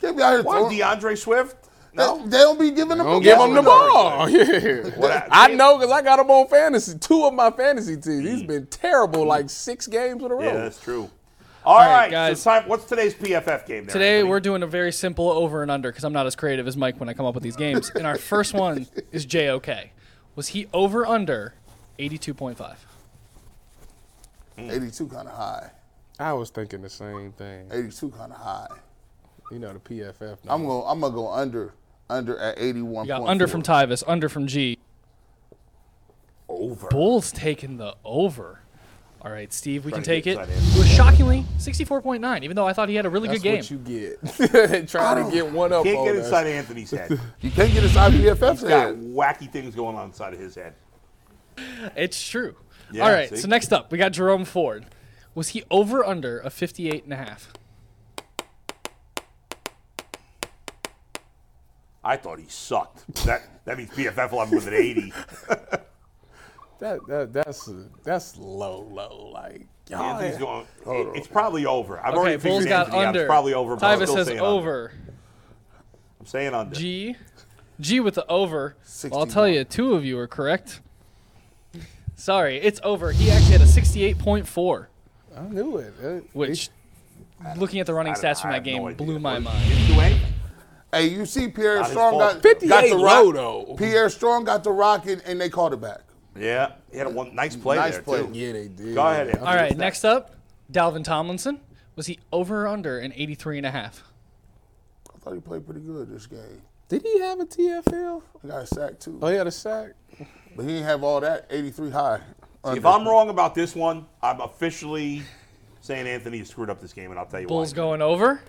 S4: Can't be out here
S2: Why,
S4: throwing.
S2: DeAndre Swift?
S4: They,
S2: No.
S4: they don't be giving them.
S3: Don't give him the
S2: That's what
S3: ball.
S2: What
S3: Yeah.
S2: I-
S3: I know because I got him on fantasy. Two of my fantasy teams.
S2: Mm.
S3: He's been terrible like six games in a row.
S2: Yeah, that's true. All right,
S5: right,
S2: guys.
S5: guys.
S2: time, what's today's PFF game? There,
S5: Today
S2: everybody?
S5: we're doing a very simple over and under because I'm not as creative as Mike when I come up with these games. and our first one is JOK. Was he over under 82.5?
S4: Eighty-two kind of high.
S3: I was thinking the same thing.
S4: Eighty-two kind of high.
S3: You know the PFF.
S4: I'm gonna I'm gonna go under under at eighty-one.
S5: You got under from Tyvis, under from G.
S2: over.
S5: Bulls taking the over. All right, Steve, we can
S2: Trying
S5: take
S2: to get
S5: it. It was shockingly 64.9, even though I thought he had a really
S3: That's
S5: good game.
S3: what you get. Trying to get one up.
S2: Can't
S3: on
S2: get
S3: us.
S2: inside Anthony's head.
S4: You can't get inside PFF's
S2: He's got
S4: head.
S2: wacky things going on inside of his head.
S5: It's true.
S2: Yeah,
S5: All right,
S2: see?
S5: so next up, we got Jerome Ford. Was he over under a 58 and a half?
S2: I thought he sucked. That that means PFF will have him with an 80.
S3: That, that that's that's low, low. Like y'all.
S2: Anthony's going. it- it's probably over. I've
S5: Okay,
S2: already
S5: Bulls
S2: figured
S5: got
S2: Anthony out.
S5: under.
S2: It's probably over. But I'm
S5: Tyvis
S2: still
S5: says
S2: saying Under.
S5: over.
S2: I'm saying under.
S5: G, G with the over. Well, I'll tell you, two of you are correct. Sorry, it's over. He actually had a 68.4,
S3: I knew it. Uh, It-
S5: which, looking at the running
S2: I don't-
S5: stats from
S2: I have
S5: that
S2: no
S5: game,
S2: idea.
S5: blew my
S2: What-
S5: mind.
S2: Didn't do anything.
S4: Hey, you see Pierre
S2: Not his
S4: Strong
S2: fault.
S4: got,
S3: 58
S4: got the
S3: low
S4: rock.
S3: though.
S4: Pierre Strong got the rocket and they called it back.
S2: Yeah, he had a one nice play
S4: Nice
S2: there
S4: play.
S2: too.
S3: Yeah, they did.
S2: Go ahead. Anthony.
S5: All right, next up, Dalvin Tomlinson. Was he over or under an 83 and a half?
S4: I thought he played pretty good this game.
S3: Did he have a TFL?
S4: He got a sack too,
S3: Oh, he had a sack.
S4: but he didn't have all that. Eighty-three high.
S2: If I'm wrong about this one, I'm officially saying Anthony screwed up this game, and I'll tell you why.
S5: Bulls going over.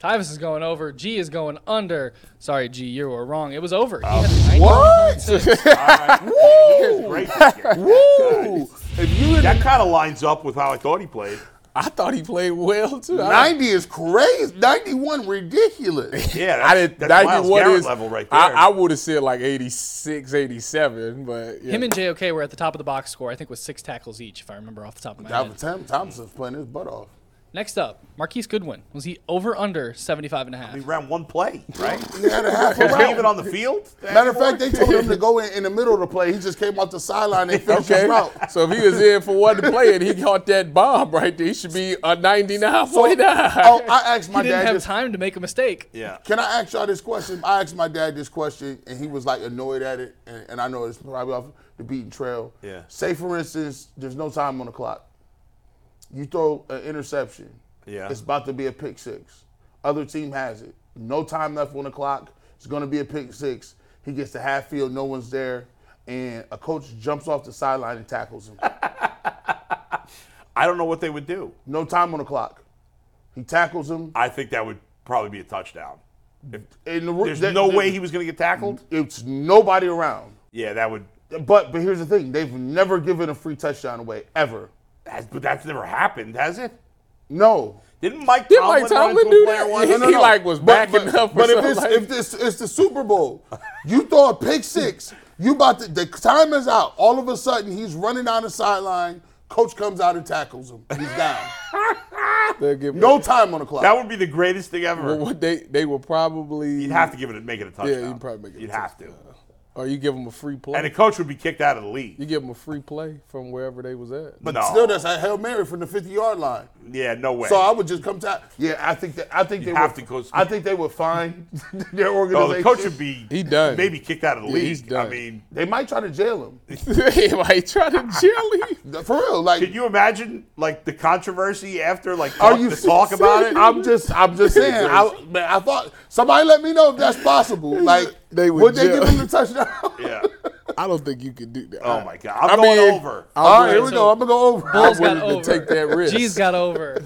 S5: Tyvis is going over. G is going under. Sorry, G, you were wrong. It was over. He had a 90
S2: Woo!
S3: Woo!
S4: If you in
S2: That kind of lines up with how I thought he played.
S3: I thought he played well too. I-
S4: ninety is crazy. Ninety-one ridiculous.
S2: Yeah, that's,
S3: I didn't.
S2: that's Miles
S3: 91
S2: Garrett
S3: is
S2: level right there.
S3: I, I would have said like 86, 87, but yeah.
S5: Him and JOK were at the top of the box score, I think, with six tackles each, if I remember off the top of my head.
S4: Dalvin Tom- Thompson's playing his butt off.
S5: Next up, Marquise Goodwin. Was he over under 75 and a half?
S2: he ran one play, right?
S4: He had a half a
S2: Was he
S4: route.
S2: even on the field?
S4: Matter of fact, they told him to go in in the middle of the play. He just came off the sideline and finished
S3: okay.
S4: his route.
S3: So if he was in for one to play and he caught that bomb right there, he should be a 99, 49.
S4: Oh, I asked
S5: He
S4: my
S5: didn't
S4: dad
S5: have
S4: this.
S5: time to make a mistake.
S2: yeah.
S4: Can I ask y'all this question? I asked my dad this question, and he was like annoyed at it. And, and I know it's probably off the beaten trail.
S2: Yeah.
S4: Say for instance, there's no time on the clock. You throw an interception.
S2: Yeah.
S4: It's about to be a pick six. Other team has it. No time left on the clock. It's going to be a pick six. He gets to half field. No one's there. and a coach jumps off the sideline and tackles him.
S2: I don't know what they would do.
S4: No time on the clock. He tackles him.
S2: I think that would probably be a touchdown. If,
S4: And the,
S2: there's
S4: that-
S2: no
S4: that-
S2: way he was going to get tackled.
S4: It's nobody around.
S2: Yeah, that would.
S4: But but here's the thing: they've never given a free touchdown away ever.
S2: That's, but that's never happened, has it?
S4: No.
S2: Didn't Mike
S3: Did
S2: Tomlin,
S3: Mike
S2: run into
S3: Tomlin
S2: a
S3: do
S2: player
S3: that?
S2: once?
S3: He- he like was
S4: But-
S3: backing
S4: but,
S3: up. Or
S4: But if
S3: something
S4: it's
S3: like-
S4: if this it's the Super Bowl, you throw a pick six. You about to the time is out. All of a sudden, he's running down the sideline. Coach comes out and tackles him. He's down.
S3: They'll give-
S4: No time on the clock.
S2: That would be the greatest thing ever.
S3: Well, what they they will probably
S2: You'd have to give it, a- make it a touchdown.
S3: you'd probably make it a
S2: You'd have to.
S3: or you give them a free play.
S2: And the coach would be kicked out of the league.
S3: you give them a free play from wherever they was at.
S2: But no,
S4: Still, that's a hail mary from the 50 yard line.
S2: yeah, no way.
S4: So I would just come to. Yeah, I think that I think
S2: You
S4: they
S2: have
S4: would,
S2: to go-
S4: I think they would find their
S2: no,
S4: organization.
S2: Oh, the coach would be
S3: He done.
S2: maybe kicked out of the
S3: Yeah,
S2: league.
S3: he's done.
S2: I mean,
S4: They might try to jail him.
S3: they might try to jail him.
S4: For real, like
S2: can you imagine like the controversy after like
S4: Are
S2: talk,
S4: you
S2: the talk about it?
S4: I'm just, I'm just saying. I, man, I thought somebody let me know if that's possible. Like,
S3: They would
S4: would they
S3: jail.
S4: give him the touchdown?
S2: yeah.
S3: I don't think you could do that.
S2: Oh my God, I'm going over.
S4: All right, here
S5: right,
S4: we
S5: so-
S4: go. I'm gonna go over.
S5: Bulls got
S3: willing to
S5: over.
S3: take that risk.
S5: G's got over.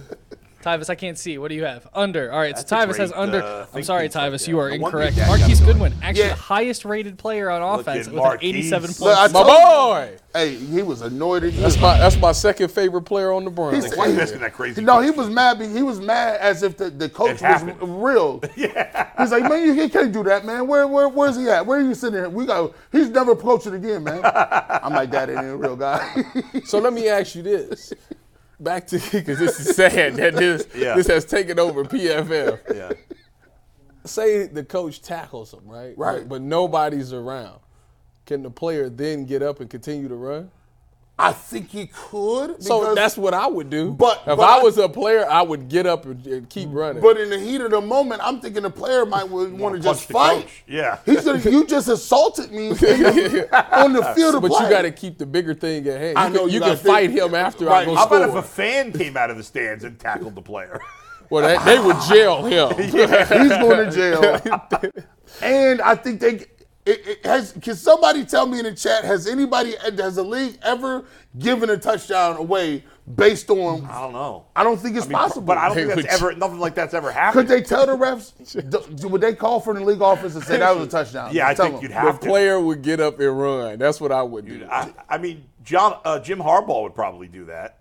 S5: Tyvis, I can't see. What do you have? Under. All right, so
S2: a
S5: Tyvis
S2: great,
S5: has under.
S2: uh,
S5: I'm
S2: think
S5: sorry,
S2: piece right
S5: Tyvis,
S2: there.
S5: you are
S2: I wonder
S5: incorrect.
S2: if that
S5: Marquise
S2: got
S5: Goodwin, actually
S4: Yeah.
S5: the highest rated player on offense
S2: at
S5: with
S2: Marquise.
S5: an 87
S2: Look,
S5: points.
S4: I
S3: My
S4: told
S3: boy.
S4: Hey, he was annoyed at you.
S3: That's my that's my second favorite player on the Browns.
S4: He's-
S2: Why are you asking that crazy?
S4: No, he
S2: question?
S4: was mad. be- He was mad as if the, the coach
S2: It
S4: was
S2: happened.
S4: real. Yeah. He's like, man, you you can't do that, man. Where, where, where's he at? Where are you sitting? Here? We got. He's never approached it again, man. I'm like, that ain't real, guy.
S3: So let me ask you this. Back to because this is sad that this
S2: Yeah.
S3: this has taken over PFF.
S2: Yeah.
S3: Say the coach tackles him, right?
S4: Right.
S3: But, but nobody's around. Can the player then get up and continue to run?
S4: I think he could.
S3: So
S4: because-
S3: that's what I would do.
S4: But-
S3: if
S4: but
S3: I
S4: I- Mm.
S3: was a player, I would get up and, and keep running.
S4: But in the heat of the moment, I'm thinking the player might want to
S2: punch
S4: just
S2: the
S4: fight.
S2: coach. Yeah.
S4: He's gonna, you just assaulted me in the- on the field of
S3: But
S4: play.
S3: you got to keep the bigger thing at hand.
S4: I
S3: You
S4: know
S3: can,
S4: you
S3: you can
S4: gotta think-
S3: fight him after I
S4: Right.
S3: go
S2: How
S3: score.
S2: about if a fan came out of the stands and tackled the player?
S3: well, that, they would jail him.
S4: He's going to jail. and I think they. It, it has, can somebody tell me in the chat? Has anybody has the league ever given a touchdown away based on?
S2: I don't know.
S4: I don't think it's
S2: I mean,
S4: possible.
S2: But I don't
S3: They
S2: think that's
S3: would-
S2: ever nothing like that's ever
S4: Could
S2: happened.
S4: they tell the refs? Do- Would they call from the league office and say that was a touchdown?
S2: yeah, I
S4: Tell
S2: think
S4: them.
S2: you'd
S3: the
S2: have to.
S3: player would get up and run. That's what I would do.
S2: I, I mean, John uh, Jim Harbaugh would probably do that.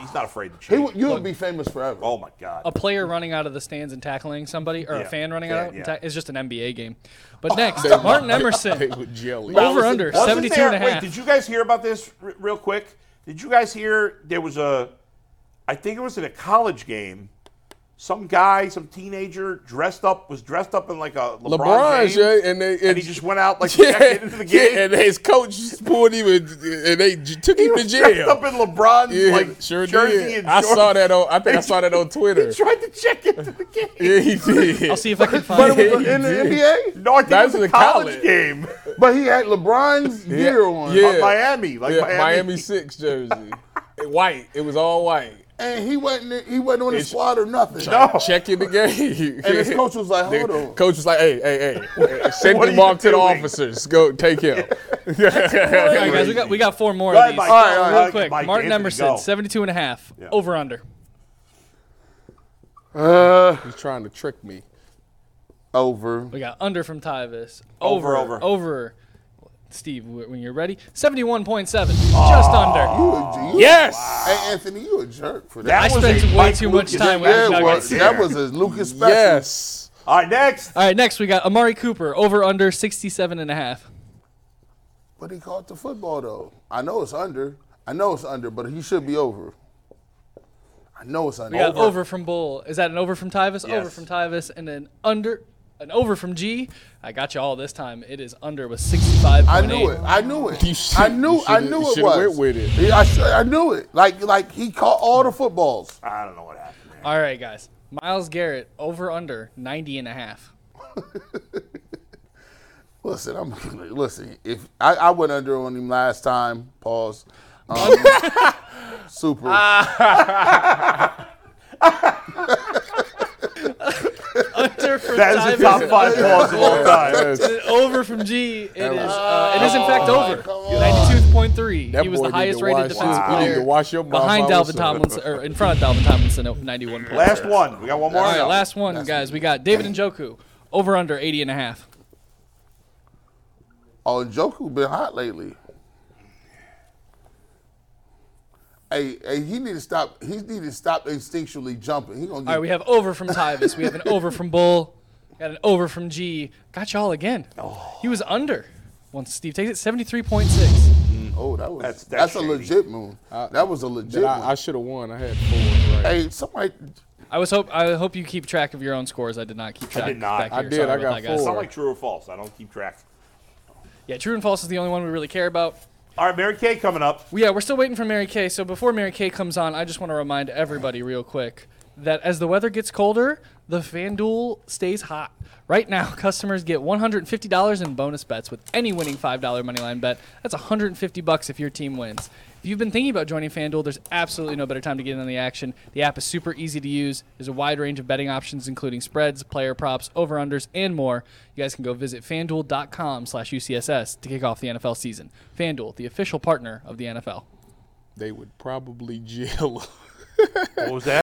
S2: He's not afraid to
S4: He
S2: change.
S4: would- You would be famous forever.
S2: oh my God!
S5: a player running out of the stands and tackling somebody, or
S2: Yeah,
S5: a fan running
S2: yeah,
S5: out and
S2: yeah.
S5: ta- is just an NBA game. But next, Martin
S3: they
S5: Emerson,
S3: would jail him.
S5: over under
S2: Wasn't
S5: 72
S2: there,
S5: and a
S2: wait,
S5: half.
S2: did you guys hear about this r- real quick? Did you guys hear there was a, I think it was in a college game, some guy, some teenager dressed up was dressed up in like a LeBron,
S3: LeBron,
S2: James,
S3: yeah, and they
S2: and he just went out like yeah, into the game.
S3: yeah, and his coach pulled him and, and they j- took
S2: he
S3: him to
S2: was dressed up
S3: jail.
S2: in LeBron's
S3: Yeah,
S2: like
S3: sure
S2: jersey
S3: did.
S2: and
S3: I saw
S2: shorts.
S3: that on. I think I saw that on Twitter.
S2: He tried to check into the game.
S3: Yeah, he did.
S5: I'll see if I can
S4: but
S5: find
S4: it
S5: it.
S4: was in the
S3: Yeah.
S4: NBA.
S2: No, I think
S3: That
S2: it was
S3: was
S2: a
S3: in
S2: college,
S3: college.
S2: game.
S4: But he had LeBron's gear on.
S3: yeah.
S2: Uh, Miami, like
S3: Yeah,
S2: Miami.
S3: six jersey, It white. It was all white.
S4: And he wasn't he wasn't on the
S3: It's-
S4: squad or nothing.
S2: No.
S3: Checking the game.
S4: And his coach was like, hold on.
S3: Coach was like, "Hey, hey, hey, send
S2: What
S3: him
S2: are you
S3: off to the
S2: doing?
S3: officers. Go take him."
S5: All right, guys, we got, we got four more
S2: Right,
S5: of these.
S2: Mike. All right, all
S5: So,
S2: right,
S5: real
S2: all right,
S5: quick,
S2: Mike,
S5: Martin
S2: Anthony,
S5: Emerson,
S2: go.
S5: 72 and a half, over under.
S3: He's trying to trick me.
S4: Over.
S5: We got under from Tyvis.
S2: Over,
S5: Over,
S2: over.
S5: Over. Steve, w- when you're ready, 71.7, just under.
S3: Yes.
S4: Hey Anthony, you a jerk for
S2: That
S5: I
S4: that.
S2: was
S5: spent
S2: a
S5: way
S2: Mike
S5: too
S2: Lucas
S5: much time with
S2: thing.
S5: this guy
S4: that,
S5: right
S4: was,
S5: there.
S4: that was a Lucas special.
S3: Yes.
S2: All right, next.
S5: All right, next we got Amari Cooper, over under 67 and a half.
S4: But he caught the football though. I know it's under. I know it's under, but he should be over. I know it's under.
S5: We got over from Bull. Is that an over from Tyvis? Over
S2: Yes.
S5: from Tyvis, and an under, an over from G. I got you all this time. It is under with 65.
S4: I knew it. I knew it.
S3: You should-
S4: I
S3: you
S4: knew.
S3: shoulda-
S4: I knew
S3: you
S4: it
S3: shoulda
S4: was.
S3: went with it.
S4: Yeah, I, should, I knew it. Like like he caught all the footballs.
S2: I don't know what happened. there.
S5: All right, guys. Miles Garrett, over under 90 and a half.
S4: Listen, I'm listen. If I, I went under on him last time, pause. Um, super.
S3: Ah,
S5: under for for
S2: That is
S5: time.
S2: a top five calls of all time.
S3: Yes.
S5: It's over from G. It is.
S3: was-
S5: Uh, it is in fact over.
S4: come on.
S5: Ninety-two point three.
S3: That
S5: He was
S3: boy
S5: the
S3: need to
S5: highest rated
S3: wash his-
S5: defensive
S3: You need to
S5: player
S3: wash your mouth,
S5: behind
S3: I uh, would
S5: Dalvin
S3: say.
S5: Tomlinson or in front of Dalvin Tomlinson at ninety-one points.
S2: Last one. We got one more.
S5: All right, last one, guys. We got David and Joku over under 80 and a half.
S4: Oh, Joku been hot lately. Hey, hey, he need to stop. He need to stop instinctually jumping. He gonna get
S5: All right, we have over from Tyvis. We have an over from Bull. Got an over from G. Got y'all again. He was under. Once Steve takes it, 73.6.
S4: Oh, that was
S2: That's-
S4: that's,
S2: that's
S4: a
S2: shady.
S4: legit move.
S5: Uh,
S4: that was a legit
S3: That
S4: move.
S3: I, I should have won. I had four. Right.
S4: hey, somebody,
S5: I was hope I hope you keep track of your own scores. I did not keep track.
S2: did not.
S5: back
S2: I
S5: here.
S3: did.
S5: Sorry
S3: I
S5: about
S3: got
S5: that, guys.
S2: It's
S3: four.
S2: not like true or false. I don't keep track.
S5: Yeah, true and false is the only one we really care about.
S2: All right, Mary Kay coming up.
S5: Well, yeah, we're still waiting for Mary Kay. So before Mary Kay comes on, I just want to remind everybody real quick that as the weather gets colder, the FanDuel stays hot. Right now, customers get $150 in bonus bets with any winning $5 moneyline bet. That's 150 bucks if your team wins. If you've been thinking about joining FanDuel, there's absolutely no better time to get in on the action. The app is super easy to use. There's a wide range of betting options, including spreads, player props, over-unders, and more. You guys can go visit FanDuel.com slash UCSS to kick off the NFL season. FanDuel, the official partner of the NFL.
S3: They would probably jail.
S2: What was that?